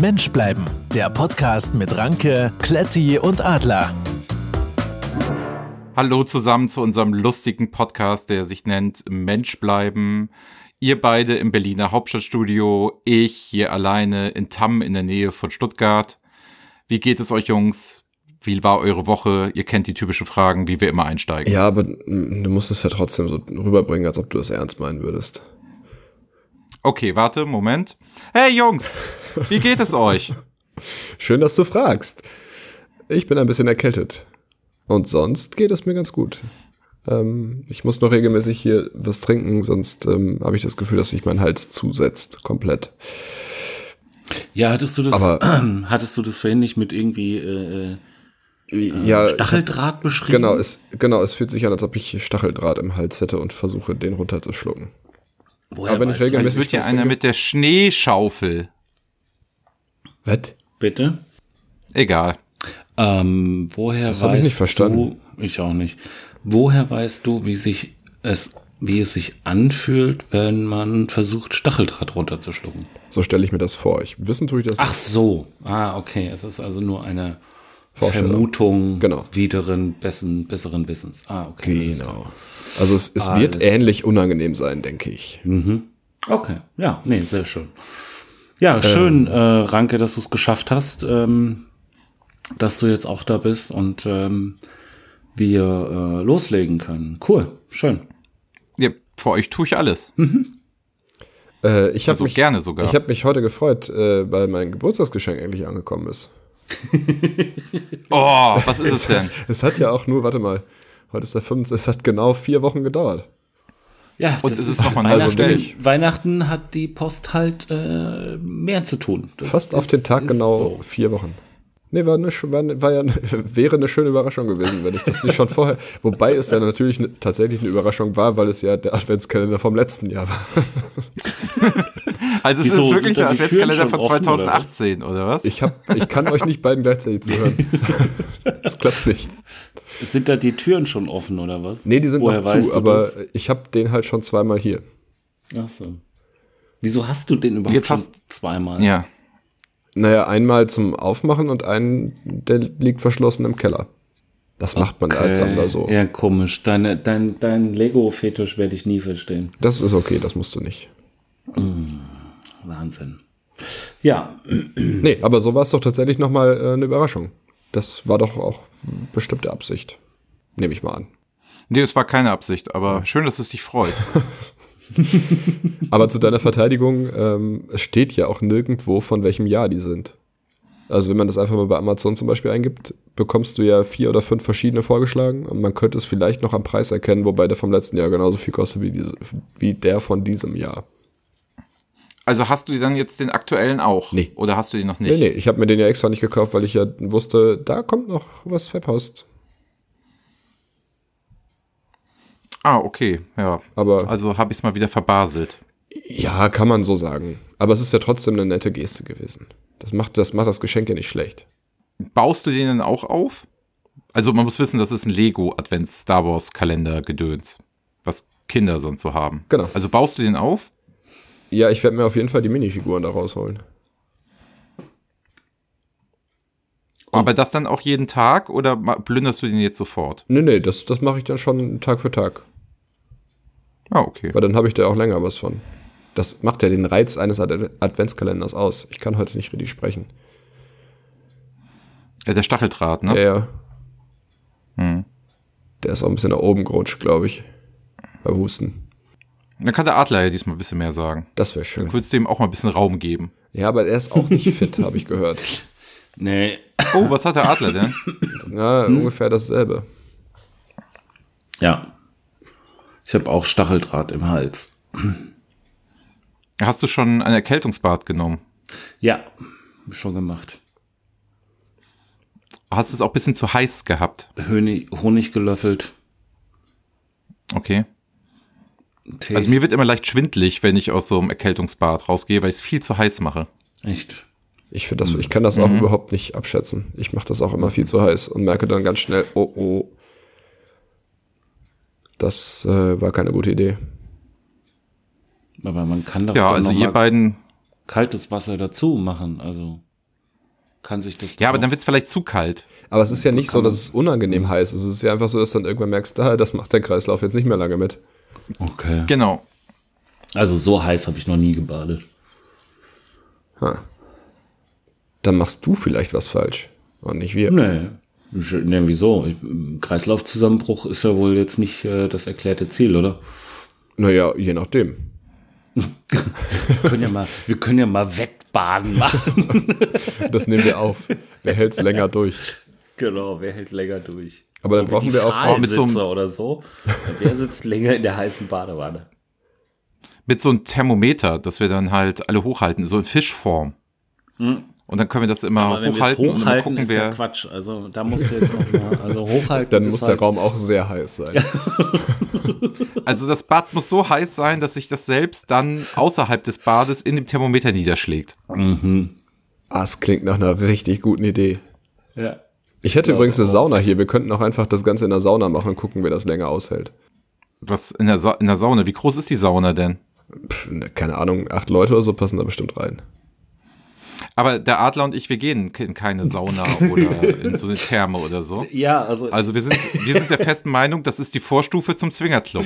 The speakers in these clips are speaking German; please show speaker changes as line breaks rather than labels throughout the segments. Mensch bleiben. Der Podcast mit Ranke, Kletti und Adler.
Hallo zusammen zu unserem lustigen Podcast, der sich nennt Mensch bleiben. Ihr beide im Berliner Hauptstadtstudio, ich hier alleine in Tamm in der Nähe von Stuttgart. Wie geht es euch Jungs? Wie war eure Woche? Ihr kennt die typischen Fragen, wie wir immer einsteigen.
Ja, aber du musst es ja trotzdem so rüberbringen, als ob du das ernst meinen würdest.
Okay, warte, Moment. Hey Jungs, wie geht es euch?
Schön, dass du fragst. Ich bin ein bisschen erkältet. Und sonst geht es mir ganz gut. Ähm, ich muss noch regelmäßig hier was trinken, sonst ähm, habe ich das Gefühl, dass sich mein Hals zusetzt, komplett.
Ja, hattest du das,
Aber-
hattest du das vorhin nicht mit irgendwie äh, äh,
ja, ich hab-
Stacheldraht beschrieben?
genau, es, genau, es fühlt sich an, als ob ich Stacheldraht im Hals hätte und versuche, den runterzuschlucken.
Woher
aber wenn ich
weißt du
regelmäßig-
Jetzt
das?
wird hier einer mit der Schneeschaufel.
Was?
Bitte?
Egal.
Ähm, woher das
hab ich
weißt
nicht verstanden.
du, ich auch nicht. Woher weißt du, wie sich es, wie es sich anfühlt, wenn man versucht, Stacheldraht runterzuschlucken?
So stelle ich mir das vor. Ich wissen tue ich das.
Ach so. Ah, okay. Es ist also nur eine
Vorstellung.
Vermutung
Genau.
wideren, besseren, besseren Wissens. Ah, okay.
Genau. Also es, es wird ähnlich unangenehm sein, denke ich.
Okay, ja, nee, sehr schön. Ja, schön, äh, Ranke, dass du es geschafft hast, ähm, dass du jetzt auch da bist und ähm, wir äh, loslegen können. Cool, schön.
Ja, für euch tue ich alles.
Äh, ich habe
Also
mich,
gerne sogar.
ich habe mich heute gefreut, äh, weil mein Geburtstagsgeschenk endlich angekommen ist.
Oh, was ist es denn?
Es hat ja auch nur, warte mal, heute ist der 25. Es hat genau vier Wochen gedauert.
Ja,
Und es ist noch mal
also
Weihnachten,
billig.
Weihnachten hat die Post halt äh, mehr zu tun. Das
Fast auf
ist-
den Tag
ist
genau
so.
vier Wochen. Nee, war eine, sch- war, eine- war ja, eine- wäre eine schöne Überraschung gewesen, wenn ich das nicht schon vorher. Wobei es ja natürlich eine, tatsächlich eine Überraschung war, weil es ja der Adventskalender vom letzten Jahr war.
Also es
Wieso,
ist
sind
wirklich der
da die Türen
Adventskalender
schon
von
offen, oder was?
2018, oder was?
Ich, hab, ich kann euch nicht beiden gleichzeitig zuhören. Das klappt nicht.
Sind da die Türen schon offen oder was?
Nee, die sind
Woher
noch zu,
weißt du
aber
das?
ich habe den halt schon zweimal hier.
Ach so. Wieso hast du den überhaupt
Jetzt
schon
hast-
zweimal?
ja.
Naja, einmal zum Aufmachen und einen, der liegt verschlossen im Keller. Das macht man als Sammler so.
Ja, komisch. Deine, dein dein Lego-Fetisch werde ich nie verstehen.
Das ist okay, das musst du nicht.
Wahnsinn. Ja,
Nee, aber so war es doch tatsächlich nochmal äh, eine Überraschung. Das war doch auch bestimmte Absicht. Nehme ich mal an.
Nee, es war keine Absicht, aber schön, dass es dich freut.
Aber zu deiner Verteidigung, ähm, es steht ja auch nirgendwo, von welchem Jahr die sind. Also wenn man das einfach mal bei Amazon zum Beispiel eingibt, bekommst du ja vier oder fünf verschiedene vorgeschlagen und man könnte es vielleicht noch am Preis erkennen, wobei der vom letzten Jahr genauso viel kostet wie, diese, wie der von diesem Jahr.
Also hast du dann jetzt den aktuellen auch?
Nee.
Oder hast du den noch
Nee,
nicht?
nee, ich habe mir den ja extra nicht gekauft, weil ich ja wusste, da kommt noch was verpaust.
Ah, okay, ja.
Aber-
also habe ich es mal wieder verbaselt.
Ja, kann man so sagen. Aber es ist ja trotzdem eine nette Geste gewesen. Das macht das, macht das Geschenk ja nicht schlecht.
Baust du den dann auch auf? Also man muss wissen, das ist ein Lego Advents Star Wars Kalender Gedöns, was Kinder sonst so haben.
Genau.
Also baust du den auf?
Ja, ich werde mir auf jeden Fall die Minifiguren da rausholen.
Aber das dann auch jeden Tag oder ma- plünderst du den jetzt sofort?
Nee, nee, das, das mache ich dann schon Tag für Tag.
Ah, okay.
Weil dann habe ich da auch länger was von. Das macht ja den Reiz eines Ad Adventskalenders aus. Ich kann heute nicht richtig sprechen.
Ja, der Stacheldraht, ne?
Ja, ja.
Hm.
Der ist auch ein bisschen nach oben gerutscht, glaube ich. Beim Husten.
Dann kann der Adler ja diesmal ein bisschen mehr sagen.
Das wäre schön.
Würdest du ihm auch mal ein bisschen Raum geben?
Ja, aber der ist auch nicht fit, habe ich gehört.
nee.
Oh, was hat der Adler denn?
Ja, ungefähr dasselbe.
Ja. Ich habe auch Stacheldraht im Hals.
Hast du schon ein Erkältungsbad genommen?
Ja, schon gemacht.
Hast es auch ein bisschen zu heiß gehabt?
Honig, Honig gelöffelt.
Okay.
Tee.
Also mir wird immer leicht schwindlig, wenn ich aus so einem Erkältungsbad rausgehe, weil ich es viel zu heiß mache.
Echt.
Ich, find das, ich kann das auch überhaupt nicht abschätzen. Ich mache das auch immer viel zu heiß und merke dann ganz schnell, oh oh. Das äh, war keine gute Idee.
Aber man kann doch
Ja,
dann
also
noch
ihr
mal
beiden,
kaltes Wasser dazu machen. Also kann sich das.
Ja, aber dann wird es vielleicht zu kalt.
Aber es ist ja nicht so, dass es unangenehm heiß ist. Es ist ja einfach so, dass du dann irgendwann merkst, ah, das macht der Kreislauf jetzt nicht mehr lange mit.
Okay.
Genau.
Also so heiß habe ich noch nie gebadet.
Ha. Dann machst du vielleicht was falsch. Und nicht wir.
Nee. Ich- Nee, wieso? Ich- Kreislaufzusammenbruch ist ja wohl jetzt nicht äh, das erklärte Ziel, oder?
Naja, je nachdem.
Wir können ja mal, wir können ja mal Wettbaden machen.
Das nehmen wir auf. Wer hält's länger durch?
genau, wer hält länger durch?
Aber dann brauchen wir auch.
Frage- mit so einem-
Pfahlsitzer oder so. Wer sitzt länger in der heißen Badewanne?
Mit so einem Thermometer, dass wir dann halt alle hochhalten, so in Fischform. Und dann können wir das immer
Hm. Aber wenn wir es
hochhalten, und dann
hochhalten,
gucken
ist ja
wir.
Quatsch. Also da musst du jetzt nochmal, also hochhalten.
Dann
ist
muss der
halt-
Raum auch sehr heiß sein.
also das Bad muss so heiß sein, dass sich das selbst dann außerhalb des Bades in dem Thermometer niederschlägt.
Ah, es klingt nach einer richtig guten Idee.
Ja.
Ich hätte übrigens eine Sauna hier. Wir könnten auch einfach das Ganze in der Sauna machen und gucken, wer das länger aushält.
Was in der, Sa in der Sauna? Wie groß ist die Sauna denn?
Pff, ne, keine Ahnung, acht Leute oder so passen da bestimmt rein.
Aber der Adler und ich, wir gehen in keine Sauna oder in so eine Therme oder so.
Ja, also,
Also wir sind, wir sind der festen Meinung, das ist die Vorstufe zum Swingerclub.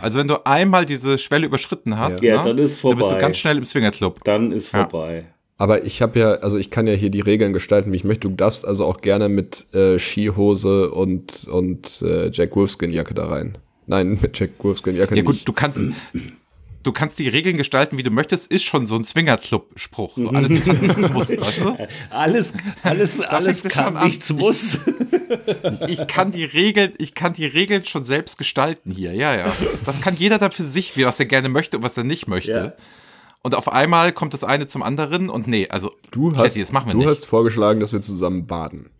Also wenn du einmal diese Schwelle überschritten hast,
Ja,
ne,
dann ist
bist du
vorbei.
ganz schnell im Swingerclub.
dann ist
Ja.
vorbei.
Aber ich habe ja, also ich kann ja hier die Regeln gestalten, wie ich möchte. Du darfst also auch gerne mit äh, Skihose und, und äh, Jack Wolfskin-Jacke da rein. Nein, mit Jack Wolfskin-Jacke
Ja
nicht.
gut, du kannst, du kannst die Regeln gestalten, wie du möchtest, ist schon so ein Swingerclub-Spruch.
Mhm.
So alles kann, nichts muss, weißt du?
Äh, Alles, alles, alles
fängt es
kann,
schon an.
nichts muss.
Ich kann die Regeln, ich kann die Regeln schon selbst gestalten hier. Ja, ja. Das kann jeder dann für sich, wie was er gerne möchte und was er nicht möchte. Und auf einmal kommt das eine zum anderen und nee, also
Du hast,
Jesse, das machen wir
du
nicht.
hast vorgeschlagen, dass wir zusammen baden.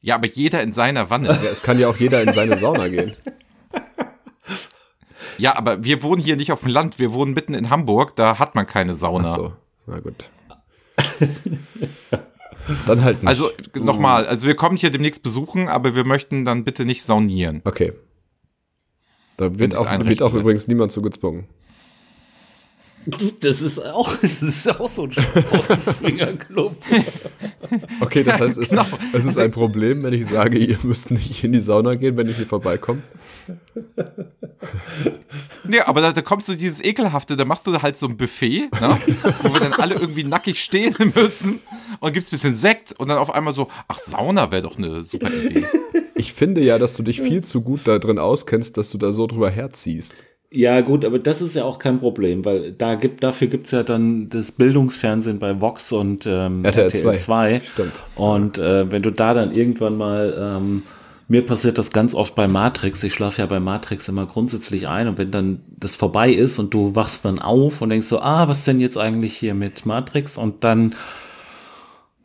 ja, aber jeder in seiner Wanne.
Ja, es kann ja auch jeder in seine Sauna gehen.
Ja, aber wir wohnen hier nicht auf dem Land, wir wohnen mitten in Hamburg, da hat man keine Sauna.
Ach so, na gut. Dann halt nicht.
Also nochmal, also wir kommen hier demnächst besuchen, aber wir möchten dann bitte nicht saunieren.
okay. Da
Wenn
wird
sie
auch,
es einrichten
wird auch
lässt.
übrigens niemand zu gezwungen.
Das ist auch, das ist auch so ein Spruch im Swingerclub.
Okay, das heißt, es, ist, es ist ein Problem, wenn ich sage, ihr müsst nicht in die Sauna gehen, wenn ich hier vorbeikomme.
Nee, aber da, da kommt so dieses Ekelhafte, da machst du halt so ein Buffet, ne? wo wir dann alle irgendwie nackig stehen müssen und gibt's ein bisschen Sekt und dann auf einmal so, ach, Sauna wäre doch eine super Idee.
Ich finde ja, dass du dich viel zu gut da drin auskennst, dass du da so drüber herziehst.
Ja, gut, aber das ist ja auch kein Problem, weil da gibt, dafür gibt's ja dann das Bildungsfernsehen bei Vox und ähm,
RTL
RTL,
2.
2.
Stimmt.
Und äh, wenn du da dann irgendwann mal, ähm, mir passiert das ganz oft bei Matrix, ich schlafe ja bei Matrix immer grundsätzlich ein und wenn dann das vorbei ist und du wachst dann auf und denkst so, ah, was denn jetzt eigentlich hier mit Matrix und dann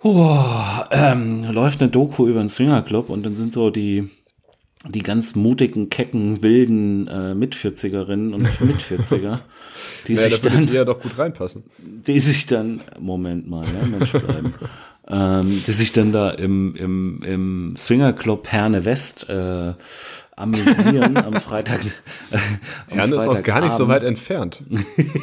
oh, Boah, ähm, läuft eine Doku über den Swingerclub und dann sind so die, die ganz mutigen, kecken, wilden äh, Mitvierzigerinnen und Mitvierziger, die,
Naja,
sich
da würde
dann,
dir ja doch gut reinpassen.
die sich dann, Moment mal, ne, Mensch bleiben, ähm, die sich dann da im, im, im Swingerclub Herne West äh, amüsieren am Freitag. Äh, am
Herne ist auch gar nicht so
Freitagabend.
weit entfernt.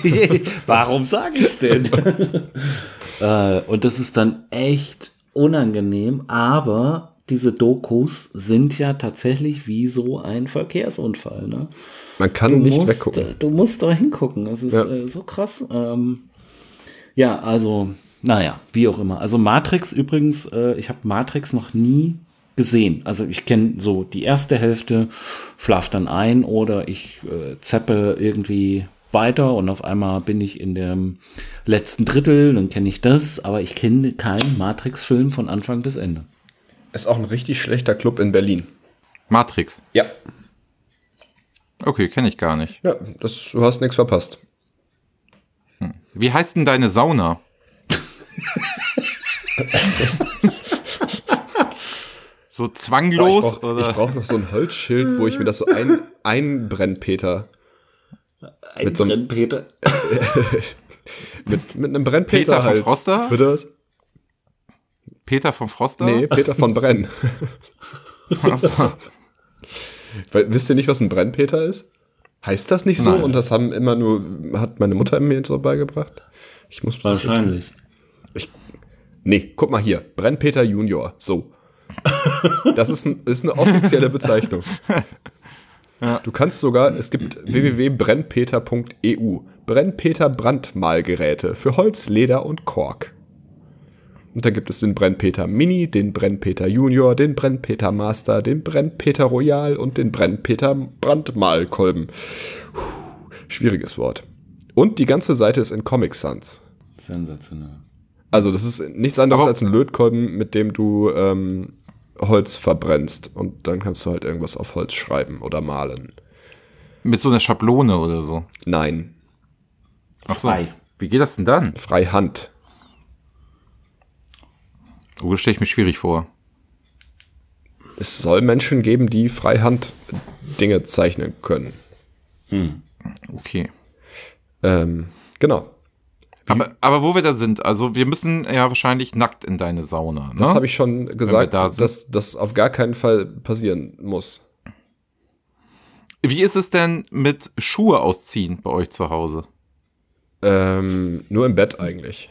Warum sage ich es denn? äh, und das ist dann echt unangenehm, aber diese Dokus sind ja tatsächlich wie so ein Verkehrsunfall. Ne?
Man kann
Du,
nicht
musst,
weggucken.
du musst da hingucken. Das ist
Ja.
äh, so krass. Ähm, ja, also, naja, wie auch immer. Also Matrix übrigens, äh, ich habe Matrix noch nie gesehen. Also ich kenne so die erste Hälfte, schlaf dann ein oder ich äh, zeppe irgendwie weiter und auf einmal bin ich in dem letzten Drittel, dann kenne ich das, aber ich kenne keinen Matrix-Film von Anfang bis Ende.
Ist auch ein richtig schlechter Club in Berlin.
Matrix.
Ja.
Okay, kenne ich gar nicht.
Ja, das, du hast nichts verpasst.
Wie heißt denn deine Sauna? so zwanglos
ich brauche
oder? Mhm.
brauch noch so ein Holzschild, wo ich mir das so ein, einbrenn, Peter. Mit so einem-
Peter.
Mit, mit einem Brennpeter
Peter von
halt.
Froster?
Bitte was?
Peter von Froster?
Nee, Peter von Brenn.
Ach so.
Weil, wisst ihr nicht, was ein Brennpeter ist? Heißt das nicht so?
Nein.
Und das haben immer nur, hat meine Mutter mir so beigebracht. Ich muss das jetzt-
Wahrscheinlich.
Ich, Nee, guck mal hier, Brennpeter Junior, so. Das ist, ein, ist eine offizielle Bezeichnung. Du kannst sogar, es gibt www.brennpeter.eu, Brennpeter Brandmalgeräte für Holz, Leder und Kork. Und da gibt es den Brennpeter Mini, den Brennpeter Junior, den Brennpeter Master, den Brennpeter Royal und den Brennpeter Brandmalkolben. Puh, schwieriges Wort. Und die ganze Seite ist in Comic Sans.
Sensationell.
Also das ist nichts anderes
Aber-
als ein Lötkolben, mit dem du ähm, Holz verbrennst und dann kannst du halt irgendwas auf Holz schreiben oder malen.
Mit so einer Schablone oder so.
Nein,
Ach so.
Frei.
Wie geht das denn dann?
Freihand.
Oh, das stelle ich mir schwierig vor.
Es soll Menschen geben, die Freihand äh, Dinge zeichnen können.
Okay.
Ähm, genau.
Aber, aber wo wir da sind, also wir müssen ja wahrscheinlich nackt in deine Sauna. Ne?
Das habe ich schon gesagt,
da sind.
dass das auf gar keinen Fall passieren muss.
Wie ist es denn mit Schuhe ausziehen bei euch zu Hause?
Ähm, nur im Bett eigentlich.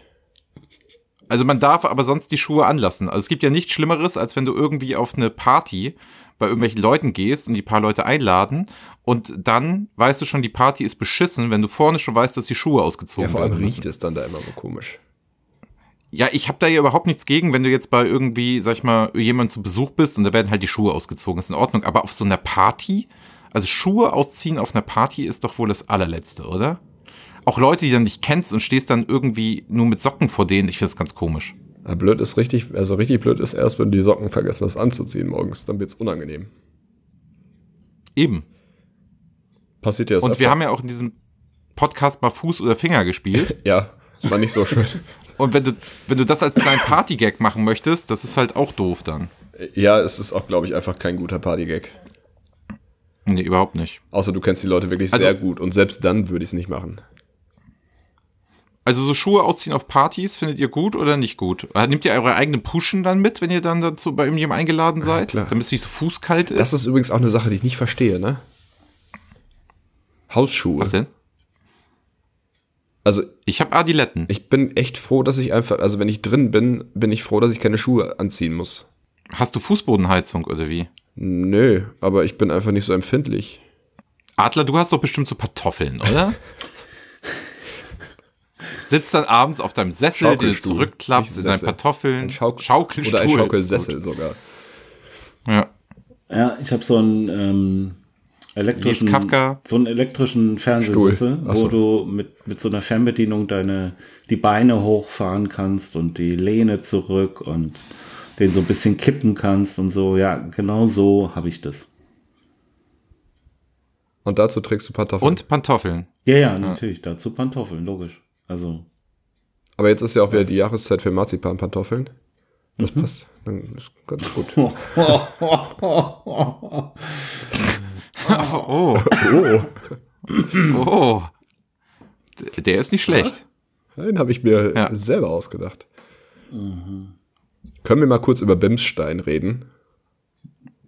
Also man darf aber sonst die Schuhe anlassen. Also es gibt ja nichts Schlimmeres, als wenn du irgendwie auf eine Party bei irgendwelchen Leuten gehst und die paar Leute einladen und dann weißt du schon, die Party ist beschissen, wenn du vorne schon weißt, dass die Schuhe ausgezogen
Ja, vor allem
werden müssen.
riecht es dann da immer so komisch.
Ja, ich habe da ja überhaupt nichts gegen, wenn du jetzt bei irgendwie, sag ich mal, jemandem zu Besuch bist und da werden halt die Schuhe ausgezogen, ist in Ordnung. Aber auf so einer Party, also Schuhe ausziehen auf einer Party ist doch wohl das allerletzte, oder? Auch Leute, die du nicht kennst und stehst dann irgendwie nur mit Socken vor denen, ich find's ganz komisch.
Aber blöd ist richtig, also richtig blöd ist erst, wenn du die Socken vergessen hast anzuziehen morgens, dann wird's unangenehm.
Eben.
Passiert dir das
Und wir
öfter?
haben ja auch in diesem Podcast mal Fuß oder Finger gespielt.
Ja, es war nicht so schön.
Und wenn du, wenn du das als kleinen Partygag machen möchtest, das ist halt auch doof dann.
ja, es ist auch, glaube ich, einfach kein guter Partygag.
Nee, überhaupt nicht.
Außer du kennst die Leute wirklich
Also-
sehr gut und selbst dann würde ich es nicht machen.
Also so Schuhe ausziehen auf Partys, findet ihr gut oder nicht gut? Äh, Nehmt ihr eure eigenen Puschen dann mit, wenn ihr dann dazu bei irgendjemandem eingeladen seid?
klar.
damit es nicht so fußkalt ist?
Das ist übrigens auch eine Sache, die ich nicht verstehe, ne? Hausschuhe.
Was denn?
Also
Ich habe Adiletten.
ich bin echt froh, dass ich einfach, also wenn ich drin bin, bin ich froh, dass ich keine Schuhe anziehen muss.
Hast du Fußbodenheizung oder wie?
Nö, aber ich bin einfach nicht so empfindlich.
Adler, du hast doch bestimmt so Kartoffeln, oder? Sitzt dann abends auf deinem Sessel, den du
Schaukelstuhl.
zurückklappst,
Nicht
in deinen
Sessel.
Kartoffeln.
Ein Schauk
Schaukelstuhl.
Oder ein
ist gut.
Schaukelsessel sogar.
Ja.
Ja, ich habe so einen ähm, elektrischen,
Lies Kafka.
so einen elektrischen Fernsehsessel,
Stuhl. Ach
wo
so.
du mit, mit so einer Fernbedienung deine die Beine hochfahren kannst und die Lehne zurück und den so ein bisschen kippen kannst und so. Ja, genau so habe ich das.
Und dazu trägst du Pantoffeln.
Und Pantoffeln.
Ja, ja, natürlich. Dazu Pantoffeln, logisch. Also
Aber jetzt ist ja auch wieder die Jahreszeit für Marzipan-Pantoffeln. Das passt. Dann ist ganz gut.
Oh. Oh. D- Der ist nicht schlecht.
Den habe ich mir
Ja.
selber ausgedacht. Können wir mal kurz über Bimsstein reden,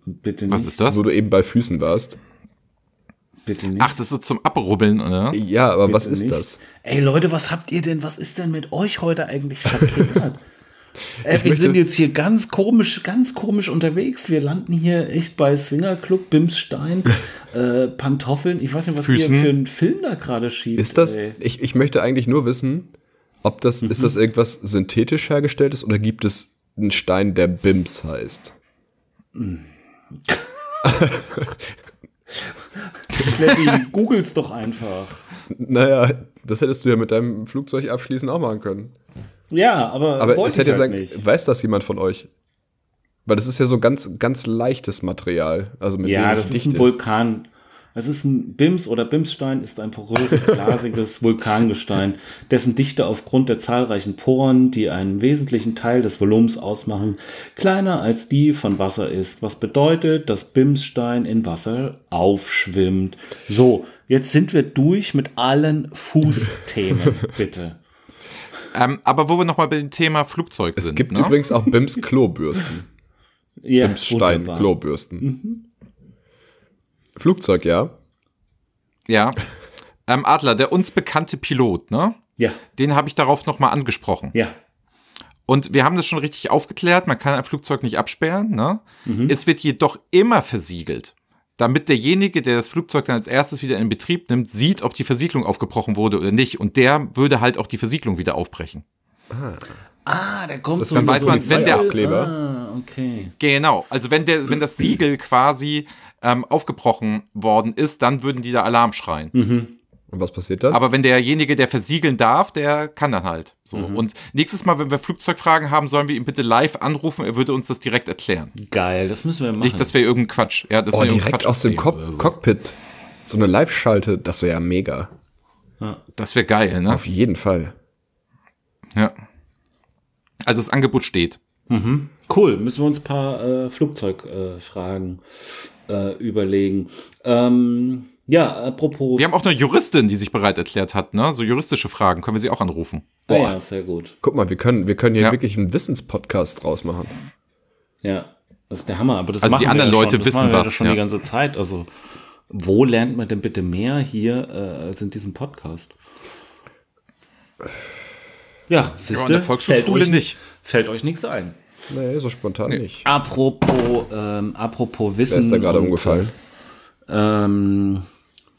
bitte nicht.
Was ist das?
wo du eben bei Füßen warst?
Bitte nicht.
Ach, das ist so zum Abrubbeln, oder was?
Ja, aber was
Bitte
ist
nicht.
das?
Ey Leute, was habt ihr denn, was ist denn mit euch heute eigentlich verkehrt? Ey, wir
möchte-
sind jetzt hier ganz komisch, ganz komisch unterwegs. Wir landen hier echt bei Swingerclub, Bimsstein, äh, Pantoffeln. Ich weiß nicht, was
Füßen.
ihr für einen Film da gerade schiebt.
Ist das?
Ey.
Ich, ich möchte eigentlich nur wissen, ob das, ist das irgendwas synthetisch hergestelltes oder gibt es einen Stein, der Bims heißt?
Clevy, googles doch einfach.
Naja, das hättest du ja mit deinem Flugzeug abschließen auch machen können.
Ja, aber,
Aber
wollte
es hätte ja
ich halt
sagen,
nicht.
weiß das jemand von euch? Weil das ist ja so ganz, ganz leichtes Material. Also mit
Ja,
wenig
das
Dichte.
ist ein Vulkan. Das ist ein Bims oder Bimsstein ist ein poröses, glasiges Vulkangestein, dessen Dichte aufgrund der zahlreichen Poren, die einen wesentlichen Teil des Volumens ausmachen, kleiner als die von Wasser ist, was bedeutet, dass Bimsstein in Wasser aufschwimmt. So, jetzt sind wir durch mit allen Fußthemen, bitte.
Ähm, aber wo wir nochmal bei dem Thema Flugzeug
es
sind.
gibt
ne?
übrigens auch Bims Klobürsten.
Ja,
Bims Stein
wunderbar.
Klobürsten. Flugzeug, ja.
Ja. Ähm, Adler, der uns bekannte Pilot, ne?
Ja,
Den habe ich darauf nochmal angesprochen.
ja.
Und wir haben das schon richtig aufgeklärt, man kann ein Flugzeug nicht absperren. Ne?
Mhm.
Es wird jedoch immer versiegelt, damit derjenige, der das Flugzeug dann als erstes wieder in Betrieb nimmt, sieht, ob die Versiegelung aufgebrochen wurde oder nicht. Und der würde halt auch die Versiegelung wieder aufbrechen.
Ah, da kommt
Das
so
kann
weiß
so
man,
ein
wenn der-
Aufkleber.
Ah, okay.
Genau, also wenn, der, wenn das Siegel quasi ähm, aufgebrochen worden ist, dann würden die da Alarm schreien.
Und was passiert dann?
Aber wenn derjenige, der versiegeln darf, der kann dann halt. So.
Mhm.
Und nächstes Mal, wenn wir Flugzeugfragen haben, sollen wir ihn bitte live anrufen. Er würde uns das direkt erklären.
Geil, das müssen wir machen.
Nicht, dass wir irgendeinen Quatsch. Ja, dass
Mhm. oh,
wir irgendeinen
direkt
Quatsch
aus dem
erzählen
Cock-
oder so.
Cockpit. So eine Live-Schalte, das wäre ja mega.
Das wäre geil, ne?
Auf jeden Fall.
Ja. Also das Angebot steht.
Cool, müssen wir uns ein paar äh, Flugzeugfragen äh, überlegen. Ähm, ja, apropos.
Wir haben auch eine Juristin, die sich bereit erklärt hat, ne? So juristische Fragen können wir sie auch anrufen.
ah, ja, sehr gut.
Guck mal, wir können, wir können hier
Ja.
wirklich einen Wissenspodcast draus machen.
Ja, das ist der Hammer. Aber das
Also die
machen wir
anderen
ja schon.
Leute
das
wissen
machen wir ja
was,
schon
ja.
die ganze Zeit. Also wo lernt man denn bitte mehr hier äh, als in diesem Podcast? Ja, siehste,
Ja, in der Volkshochschule
fällt euch,
nicht.
Fällt euch nichts ein.
Nee, so spontan nicht.
Apropos, ähm, apropos Wissen.
Wer ist da gerade
und,
umgefallen?
Ähm,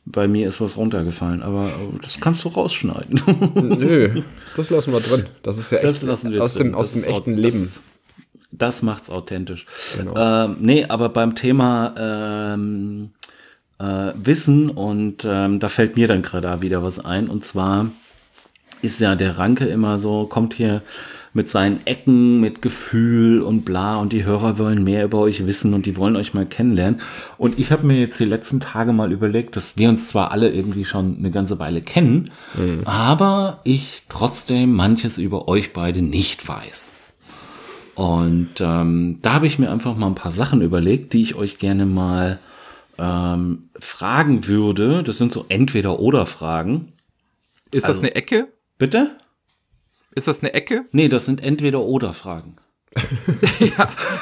bei mir ist was runtergefallen, aber äh, das kannst du rausschneiden.
Nö, das lassen wir drin. Das ist ja echt
Das lassen wir
aus
drin.
dem, aus
Das
dem
ist au-
echten
das-
Leben. Genau.
Das macht's authentisch. Ähm, nee, aber beim Thema ähm, äh, Wissen und ähm, da fällt mir dann gerade da wieder was ein. Und zwar ist ja der Ranke immer so, kommt hier mit seinen Ecken, mit Gefühl und bla und die Hörer wollen mehr über euch wissen und die wollen euch mal kennenlernen. Und ich habe mir jetzt die letzten Tage mal überlegt, dass wir uns zwar alle irgendwie schon eine ganze Weile kennen, aber ich trotzdem manches über euch beide nicht weiß. Und ähm, da habe ich mir einfach mal ein paar Sachen überlegt, die ich euch gerne mal ähm, fragen würde. Das sind so Entweder-Oder-Fragen.
Ist
Also-
das eine Ecke?
Bitte?
Ist das eine Ecke?
Nee, das sind Entweder-Oder-Fragen.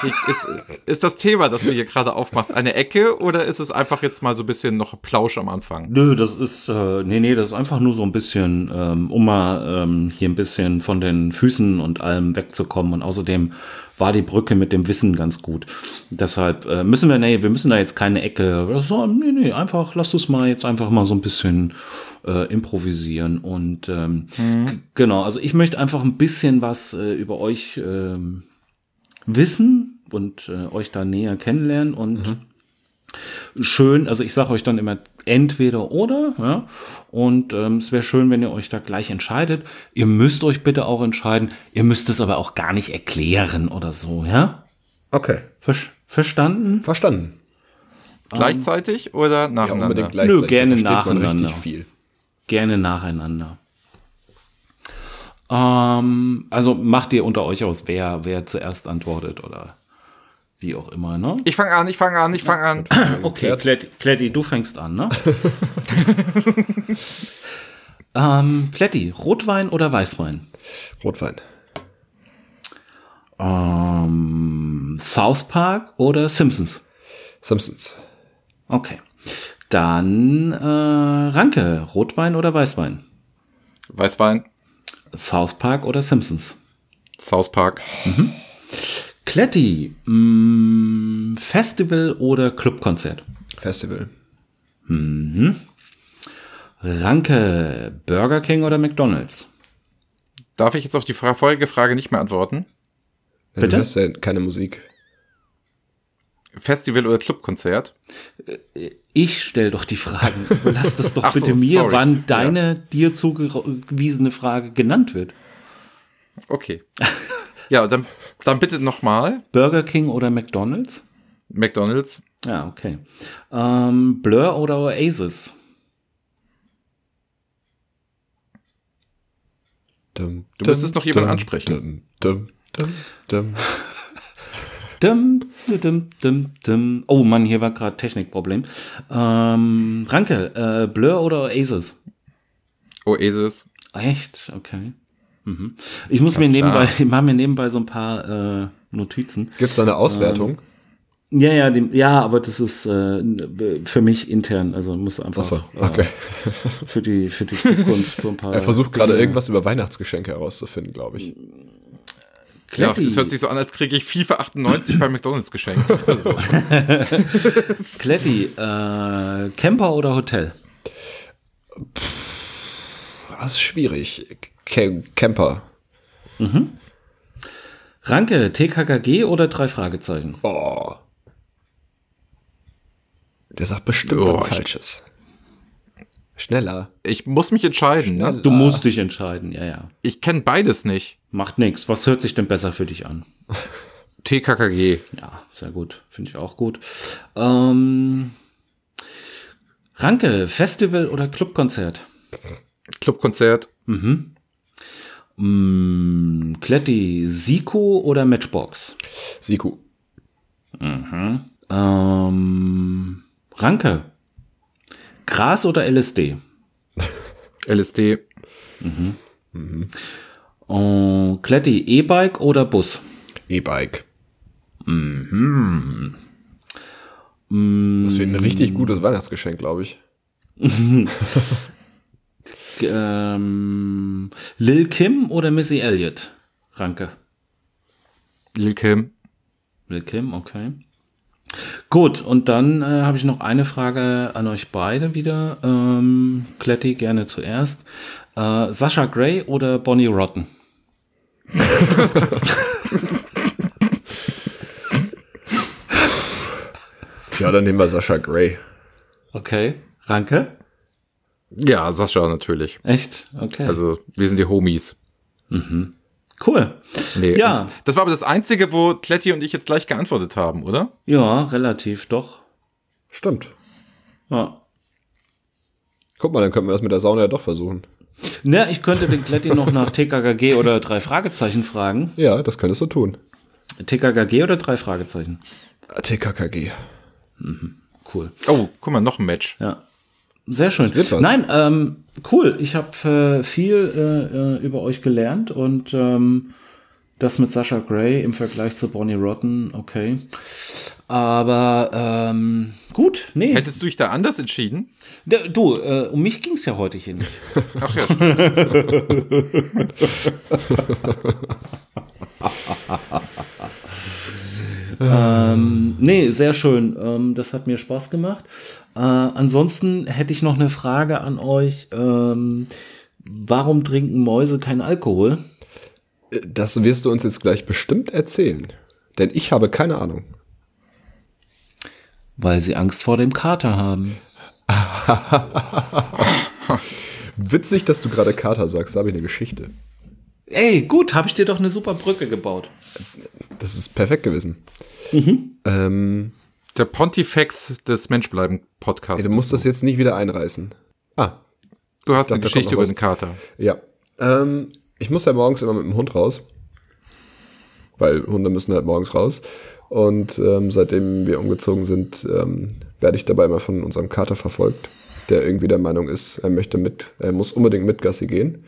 Ist, ist das Thema, das du hier gerade aufmachst, eine Ecke oder ist es einfach jetzt mal so ein bisschen noch Plausch am
Ähm,
Anfang?
Nö, das ist, äh, nee, nee, das ist einfach nur so ein bisschen, ähm, um mal ähm, hier ein bisschen von den Füßen und allem wegzukommen. Und außerdem war die Brücke mit dem Wissen ganz gut. Deshalb äh, müssen wir, nee, wir müssen da jetzt keine Ecke. Das ist so, nee, nee, einfach, lass uns mal jetzt einfach mal so ein bisschen äh, improvisieren. Und ähm, g- genau, also ich möchte einfach ein bisschen was äh, über euch ähm, wissen und äh, euch da näher kennenlernen und schön, also ich sage euch dann immer entweder oder, ja, und ähm, es wäre schön, wenn ihr euch da gleich entscheidet. Ihr müsst euch bitte auch entscheiden, ihr müsst es aber auch gar nicht erklären oder so, ja?
Okay,
Ver verstanden?
verstanden.
Gleichzeitig oder
Ja,
nacheinander?
unbedingt gleichzeitig.
gerne
da versteht man
nacheinander.
Richtig viel.
Gerne nacheinander. Ähm, also macht ihr unter euch aus, wer, wer zuerst antwortet oder wie auch immer, ne?
Ich fange an, ich fange an, ich fange an.
Okay, Kletti, Kletti, du fängst an, ne? ähm, Kletti, Rotwein oder Weißwein?
Rotwein.
Ähm, South Park oder Simpsons?
Simpsons.
Okay. Dann äh, Ranke, Rotwein oder Weißwein?
Weißwein,
South Park oder Simpsons?
South Park,
Kletti, mh, Festival oder Clubkonzert?
Festival.
Ranke, Burger King oder McDonald's?
Darf ich jetzt auf die fra- vorherige Frage nicht mehr antworten?
Ja,
Bitte?
Du hörst ja keine Musik.
Festival oder Clubkonzert?
Ich stell doch die Fragen. Lass das doch
Ach so,
bitte mir,
sorry.
wann deine dir zugewiesene Frage genannt wird.
Okay. ja, dann, dann bitte nochmal.
Burger King oder McDonald's?
McDonalds,
Ja, okay. Ähm, Blur oder Oasis?
Dum,
Du müsstest noch jemanden ansprechen.
Dum, dum, dum, dum.
Dum, dum, dum, dum, dum. Oh Mann, hier war gerade Technikproblem. Ähm, Ranke, äh, Blur oder Oasis?
Oasis.
Echt? Okay. Mhm. Ich muss mir
klar.
nebenbei, ich mache mir nebenbei so ein paar äh, Notizen.
Gibt's da eine Auswertung?
Ähm,
Ja, ja, dem, ja, aber das ist äh, für mich intern, also muss einfach
Achso, okay.
äh, für die für die Zukunft so ein paar.
Äh,
Er versucht gerade irgendwas über Weihnachtsgeschenke herauszufinden, glaube ich.
Ja,
Kletti.
es hört sich so an, als kriege ich FIFA 98 bei McDonalds geschenkt. Also,
Kletti, äh, Camper oder Hotel?
Das ist schwierig. Cam- Camper.
Ranke, TKKG oder drei Fragezeichen?
Oh. Der sagt bestimmt
Oh,
was
ich-
Falsches. Schneller.
ich muss mich entscheiden. Ne?
Du musst dich entscheiden, ja, ja.
Ich kenne beides nicht.
Macht nichts. Was hört sich denn besser für dich an?
TKKG.
Ja, sehr gut. Finde ich auch gut. Ähm, Ranke, Festival oder Clubkonzert?
Clubkonzert.
Mm, Kletti, Siko oder Matchbox?
Siku.
Ähm, Ranke, Gras oder LSD?
LSD.
Ähm, Kletti, E-Bike oder Bus?
E-Bike. Mhm. Das wird ein richtig gutes Weihnachtsgeschenk, glaube ich.
Ähm, Lil Kim oder Missy Elliott? Ranke.
Lil Kim.
Lil Kim, okay. Gut, und dann äh, habe ich noch eine Frage an euch beide wieder. Ähm, Kletti, gerne zuerst. Äh, Sascha Gray oder Bonnie Rotten?
Ja, dann nehmen wir Sascha Gray.
Okay. Ranke?
Ja, Sascha natürlich.
Echt? Okay.
Also, wir sind die Homies.
cool.
Nee,
Ja.
und Das war aber das Einzige, wo Kletti und ich jetzt gleich geantwortet haben, oder?
Ja, relativ doch.
Stimmt.
Ja.
Guck mal, dann könnten wir das mit der Sauna ja doch versuchen.
Ne, ich könnte den Kletti noch nach TKKG oder drei Fragezeichen fragen.
Ja, das könntest du tun.
TKKG oder drei Fragezeichen?
TKKG.
Cool.
Oh, guck mal, noch ein Match.
Ja. Sehr schön.
wird was.
Nein, ähm, cool. Ich habe äh, viel äh, äh, über euch gelernt und ähm, das mit Sascha Gray im Vergleich zu Bonnie Rotten, okay. Aber ähm, gut, nee.
Hättest du dich da anders entschieden?
Da- du, äh, um mich ging's ja heute hier nicht.
Ach ja, stimmt.
Ähm, Nee, sehr schön. Ähm, das hat mir Spaß gemacht. Äh, ansonsten hätte ich noch eine Frage an euch. Ähm, warum trinken Mäuse keinen Alkohol?
Das wirst du uns jetzt gleich bestimmt erzählen. Denn ich habe keine Ahnung.
Weil sie Angst vor dem Kater haben.
Witzig, dass du gerade Kater sagst. Da habe ich eine Geschichte.
Ey, gut, habe ich dir doch eine super Brücke gebaut.
Das ist perfekt gewesen. Ähm,
der Pontifex des
ey,
Menschbleiben-Podcasts.
du musst das jetzt nicht wieder einreißen. Ah,
Du hast eine
da kommt
Geschichte
noch
über
was.
den Kater.
Ja. Ähm, ich muss ja morgens immer mit dem Hund raus. Weil Hunde müssen halt morgens raus. Und ähm, seitdem wir umgezogen sind, ähm, werde ich dabei immer von unserem Kater verfolgt, der irgendwie der Meinung ist, er möchte mit, er muss unbedingt mit Gassi gehen.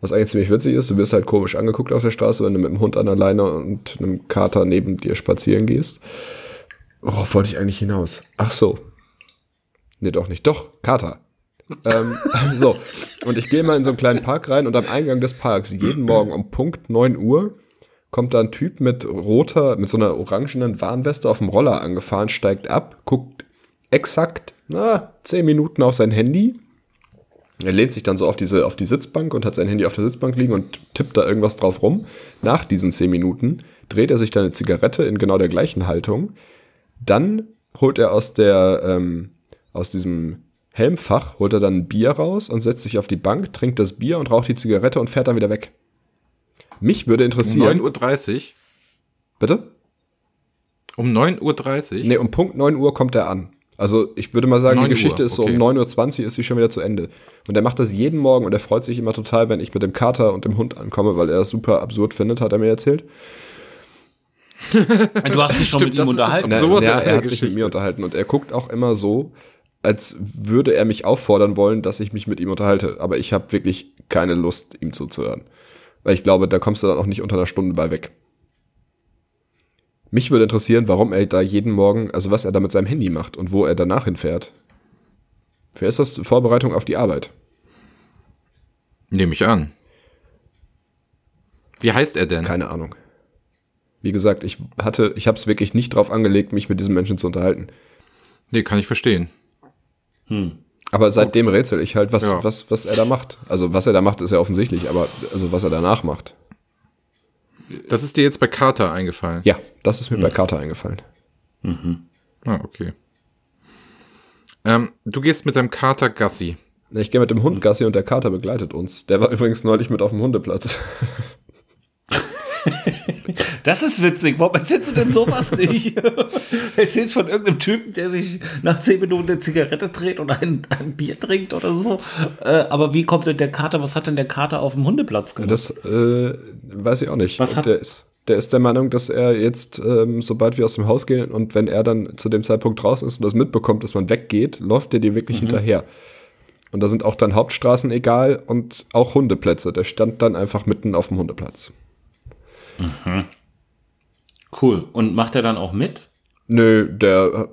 Was eigentlich ziemlich witzig ist, du wirst halt komisch angeguckt auf der Straße, wenn du mit dem Hund an der Leine und einem Kater neben dir spazieren gehst. Worauf wollte ich eigentlich hinaus? Ach so. Nee, doch nicht. Doch, Kater. ähm, so, und ich gehe mal in so einen kleinen Park rein und am Eingang des Parks, jeden Morgen um Punkt 9 Uhr, kommt da ein Typ mit roter, mit so einer orangenen Warnweste auf dem Roller angefahren, steigt ab, guckt exakt, na, 10 Minuten auf sein Handy. Er lehnt sich dann so auf, diese, auf die Sitzbank und hat sein Handy auf der Sitzbank liegen und tippt da irgendwas drauf rum. Nach diesen 10 Minuten dreht er sich dann eine Zigarette in genau der gleichen Haltung, dann holt er aus der ähm, aus diesem Helmfach holt er dann ein Bier raus und setzt sich auf die Bank, trinkt das Bier und raucht die Zigarette und fährt dann wieder weg. Mich würde
Um
interessieren.
9.30 Uhr.
Bitte?
Um 9.30 Uhr?
Nee, um Punkt 9 Uhr kommt er an. Also ich würde mal sagen,
9
die
Uhr,
Geschichte ist
okay.
so um 9.20 Uhr ist sie schon wieder zu Ende. Und er macht das jeden Morgen und er freut sich immer total, wenn ich mit dem Kater und dem Hund ankomme, weil er das super absurd findet, hat er mir erzählt.
Du hast dich schon
Stimmt,
mit ihm
das ist das
unterhalten.
Na,
Absurde
na, er hat sich
Geschichte.
mit mir unterhalten und er guckt auch immer so, als würde er mich auffordern wollen, dass ich mich mit ihm unterhalte. Aber ich habe wirklich keine Lust, ihm zuzuhören. Weil ich glaube, da kommst du dann auch nicht unter einer Stunde bei weg. Mich würde interessieren, warum er da jeden Morgen, also was er da mit seinem Handy macht und wo er danach hinfährt. Wer ist das Vorbereitung auf die Arbeit?
Nehme ich an. Wie heißt er denn? Hm.
Keine Ahnung. Wie gesagt, ich hatte, ich habe es wirklich nicht drauf angelegt, mich mit diesen Menschen zu unterhalten.
Nee, kann ich verstehen.
Hm.
Aber seitdem rätsel ich halt, was,
Ja.
was, was er da macht. Also was er da macht, ist ja offensichtlich, aber also was er danach macht.
Das ist dir jetzt bei Carter eingefallen.
Ja, das
Hm.
ist mir bei Carter eingefallen.
Ah, okay. Ähm, du gehst mit deinem Kater Gassi.
Ich gehe mit dem Hund Gassi und der Kater begleitet uns. Der war übrigens neulich mit auf dem Hundeplatz.
Das ist witzig. Warum erzählst du denn sowas nicht? erzählst von irgendeinem Typen, der sich nach zehn Minuten eine Zigarette dreht und ein, ein Bier trinkt oder so. Äh, aber wie kommt denn der Kater, was hat denn der Kater auf dem Hundeplatz gemacht?
Das äh, weiß ich auch nicht.
Was
Ob
hat-
der ist? Der ist der Meinung, dass er jetzt, ähm, sobald wir aus dem Haus gehen und wenn er dann zu dem Zeitpunkt draußen ist und das mitbekommt, dass man weggeht, läuft der dir wirklich
Mhm.
hinterher. Und da sind auch dann Hauptstraßen egal und auch Hundeplätze. Der stand dann einfach mitten auf dem Hundeplatz.
cool. Und macht er dann auch mit?
Nö, der äh,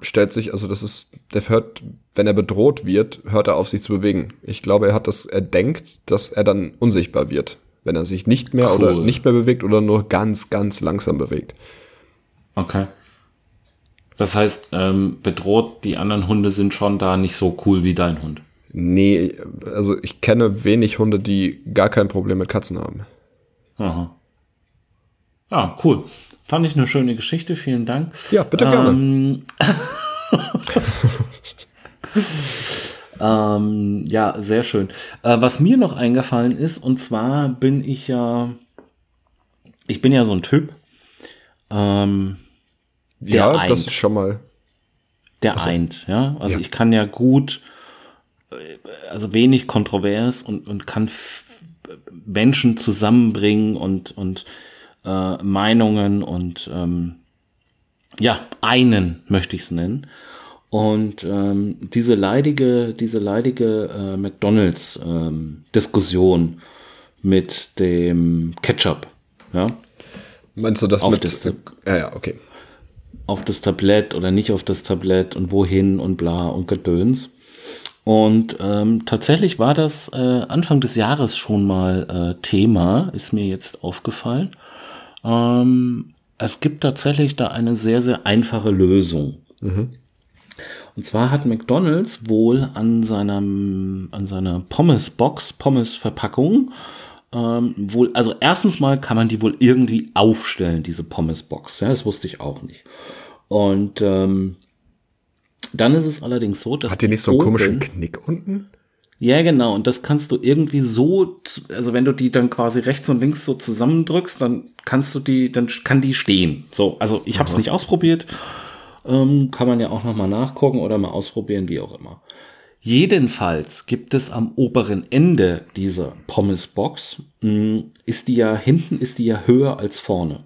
stellt sich, also das ist, der hört, wenn er bedroht wird, hört er auf, sich zu bewegen. Ich glaube, er hat das, er denkt, dass er dann unsichtbar wird, wenn er sich nicht mehr oder
Cool.
nicht mehr bewegt oder nur ganz, ganz langsam bewegt.
Okay. Das heißt, ähm, bedroht, die anderen Hunde sind schon da nicht so cool wie dein Hund.
Nee, also ich kenne wenig Hunde, die gar kein Problem mit Katzen haben.
Aha. Ja, cool. Fand ich eine schöne Geschichte. Vielen Dank.
Ja, bitte gerne.
Ähm, ähm, ja, sehr schön. Äh, was mir noch eingefallen ist, und zwar bin ich ja, ich bin ja so ein Typ, ähm, der
ja,
eint.
das ist schon mal.
der eint, ja. Also ich kann ja gut, äh, also wenig kontrovers und, und kann f- Menschen zusammenbringen und, und äh, Meinungen und ähm, ja, einen möchte ich es nennen. Und ähm, diese leidige, diese leidige äh, McDonalds-Diskussion mit dem Ketchup, ja,
Meinst du das
Auf
mit.
das-
äh, ja, ja, okay.
auf das Tablett oder nicht auf das Tablett und wohin und bla und Gedöns. Und ähm, tatsächlich war das äh, Anfang des Jahres schon mal äh, Thema, ist mir jetzt aufgefallen. Ähm, es gibt tatsächlich da eine sehr, sehr einfache Lösung.
Mhm.
Und zwar hat McDonald's wohl an, seinem, an seiner Pommes-Box, Pommes-Verpackung, ähm, wohl, also erstens mal kann man die wohl irgendwie aufstellen, diese Pommes-Box. Ja, das wusste ich auch nicht. Und ähm, dann ist es allerdings so, dass
Hat die nicht so einen
oben-
komischen Knick unten?
ja, genau. Und das kannst du irgendwie so, z- also wenn du die dann quasi rechts und links so zusammendrückst, dann kannst du die, dann sch- kann die stehen. So, also ich habe es nicht ausprobiert. Ähm, kann man ja auch noch mal nachgucken oder mal ausprobieren, wie auch immer. Jedenfalls gibt es am oberen Ende dieser Pommesbox, mh, ist die ja hinten, ist die ja höher als vorne.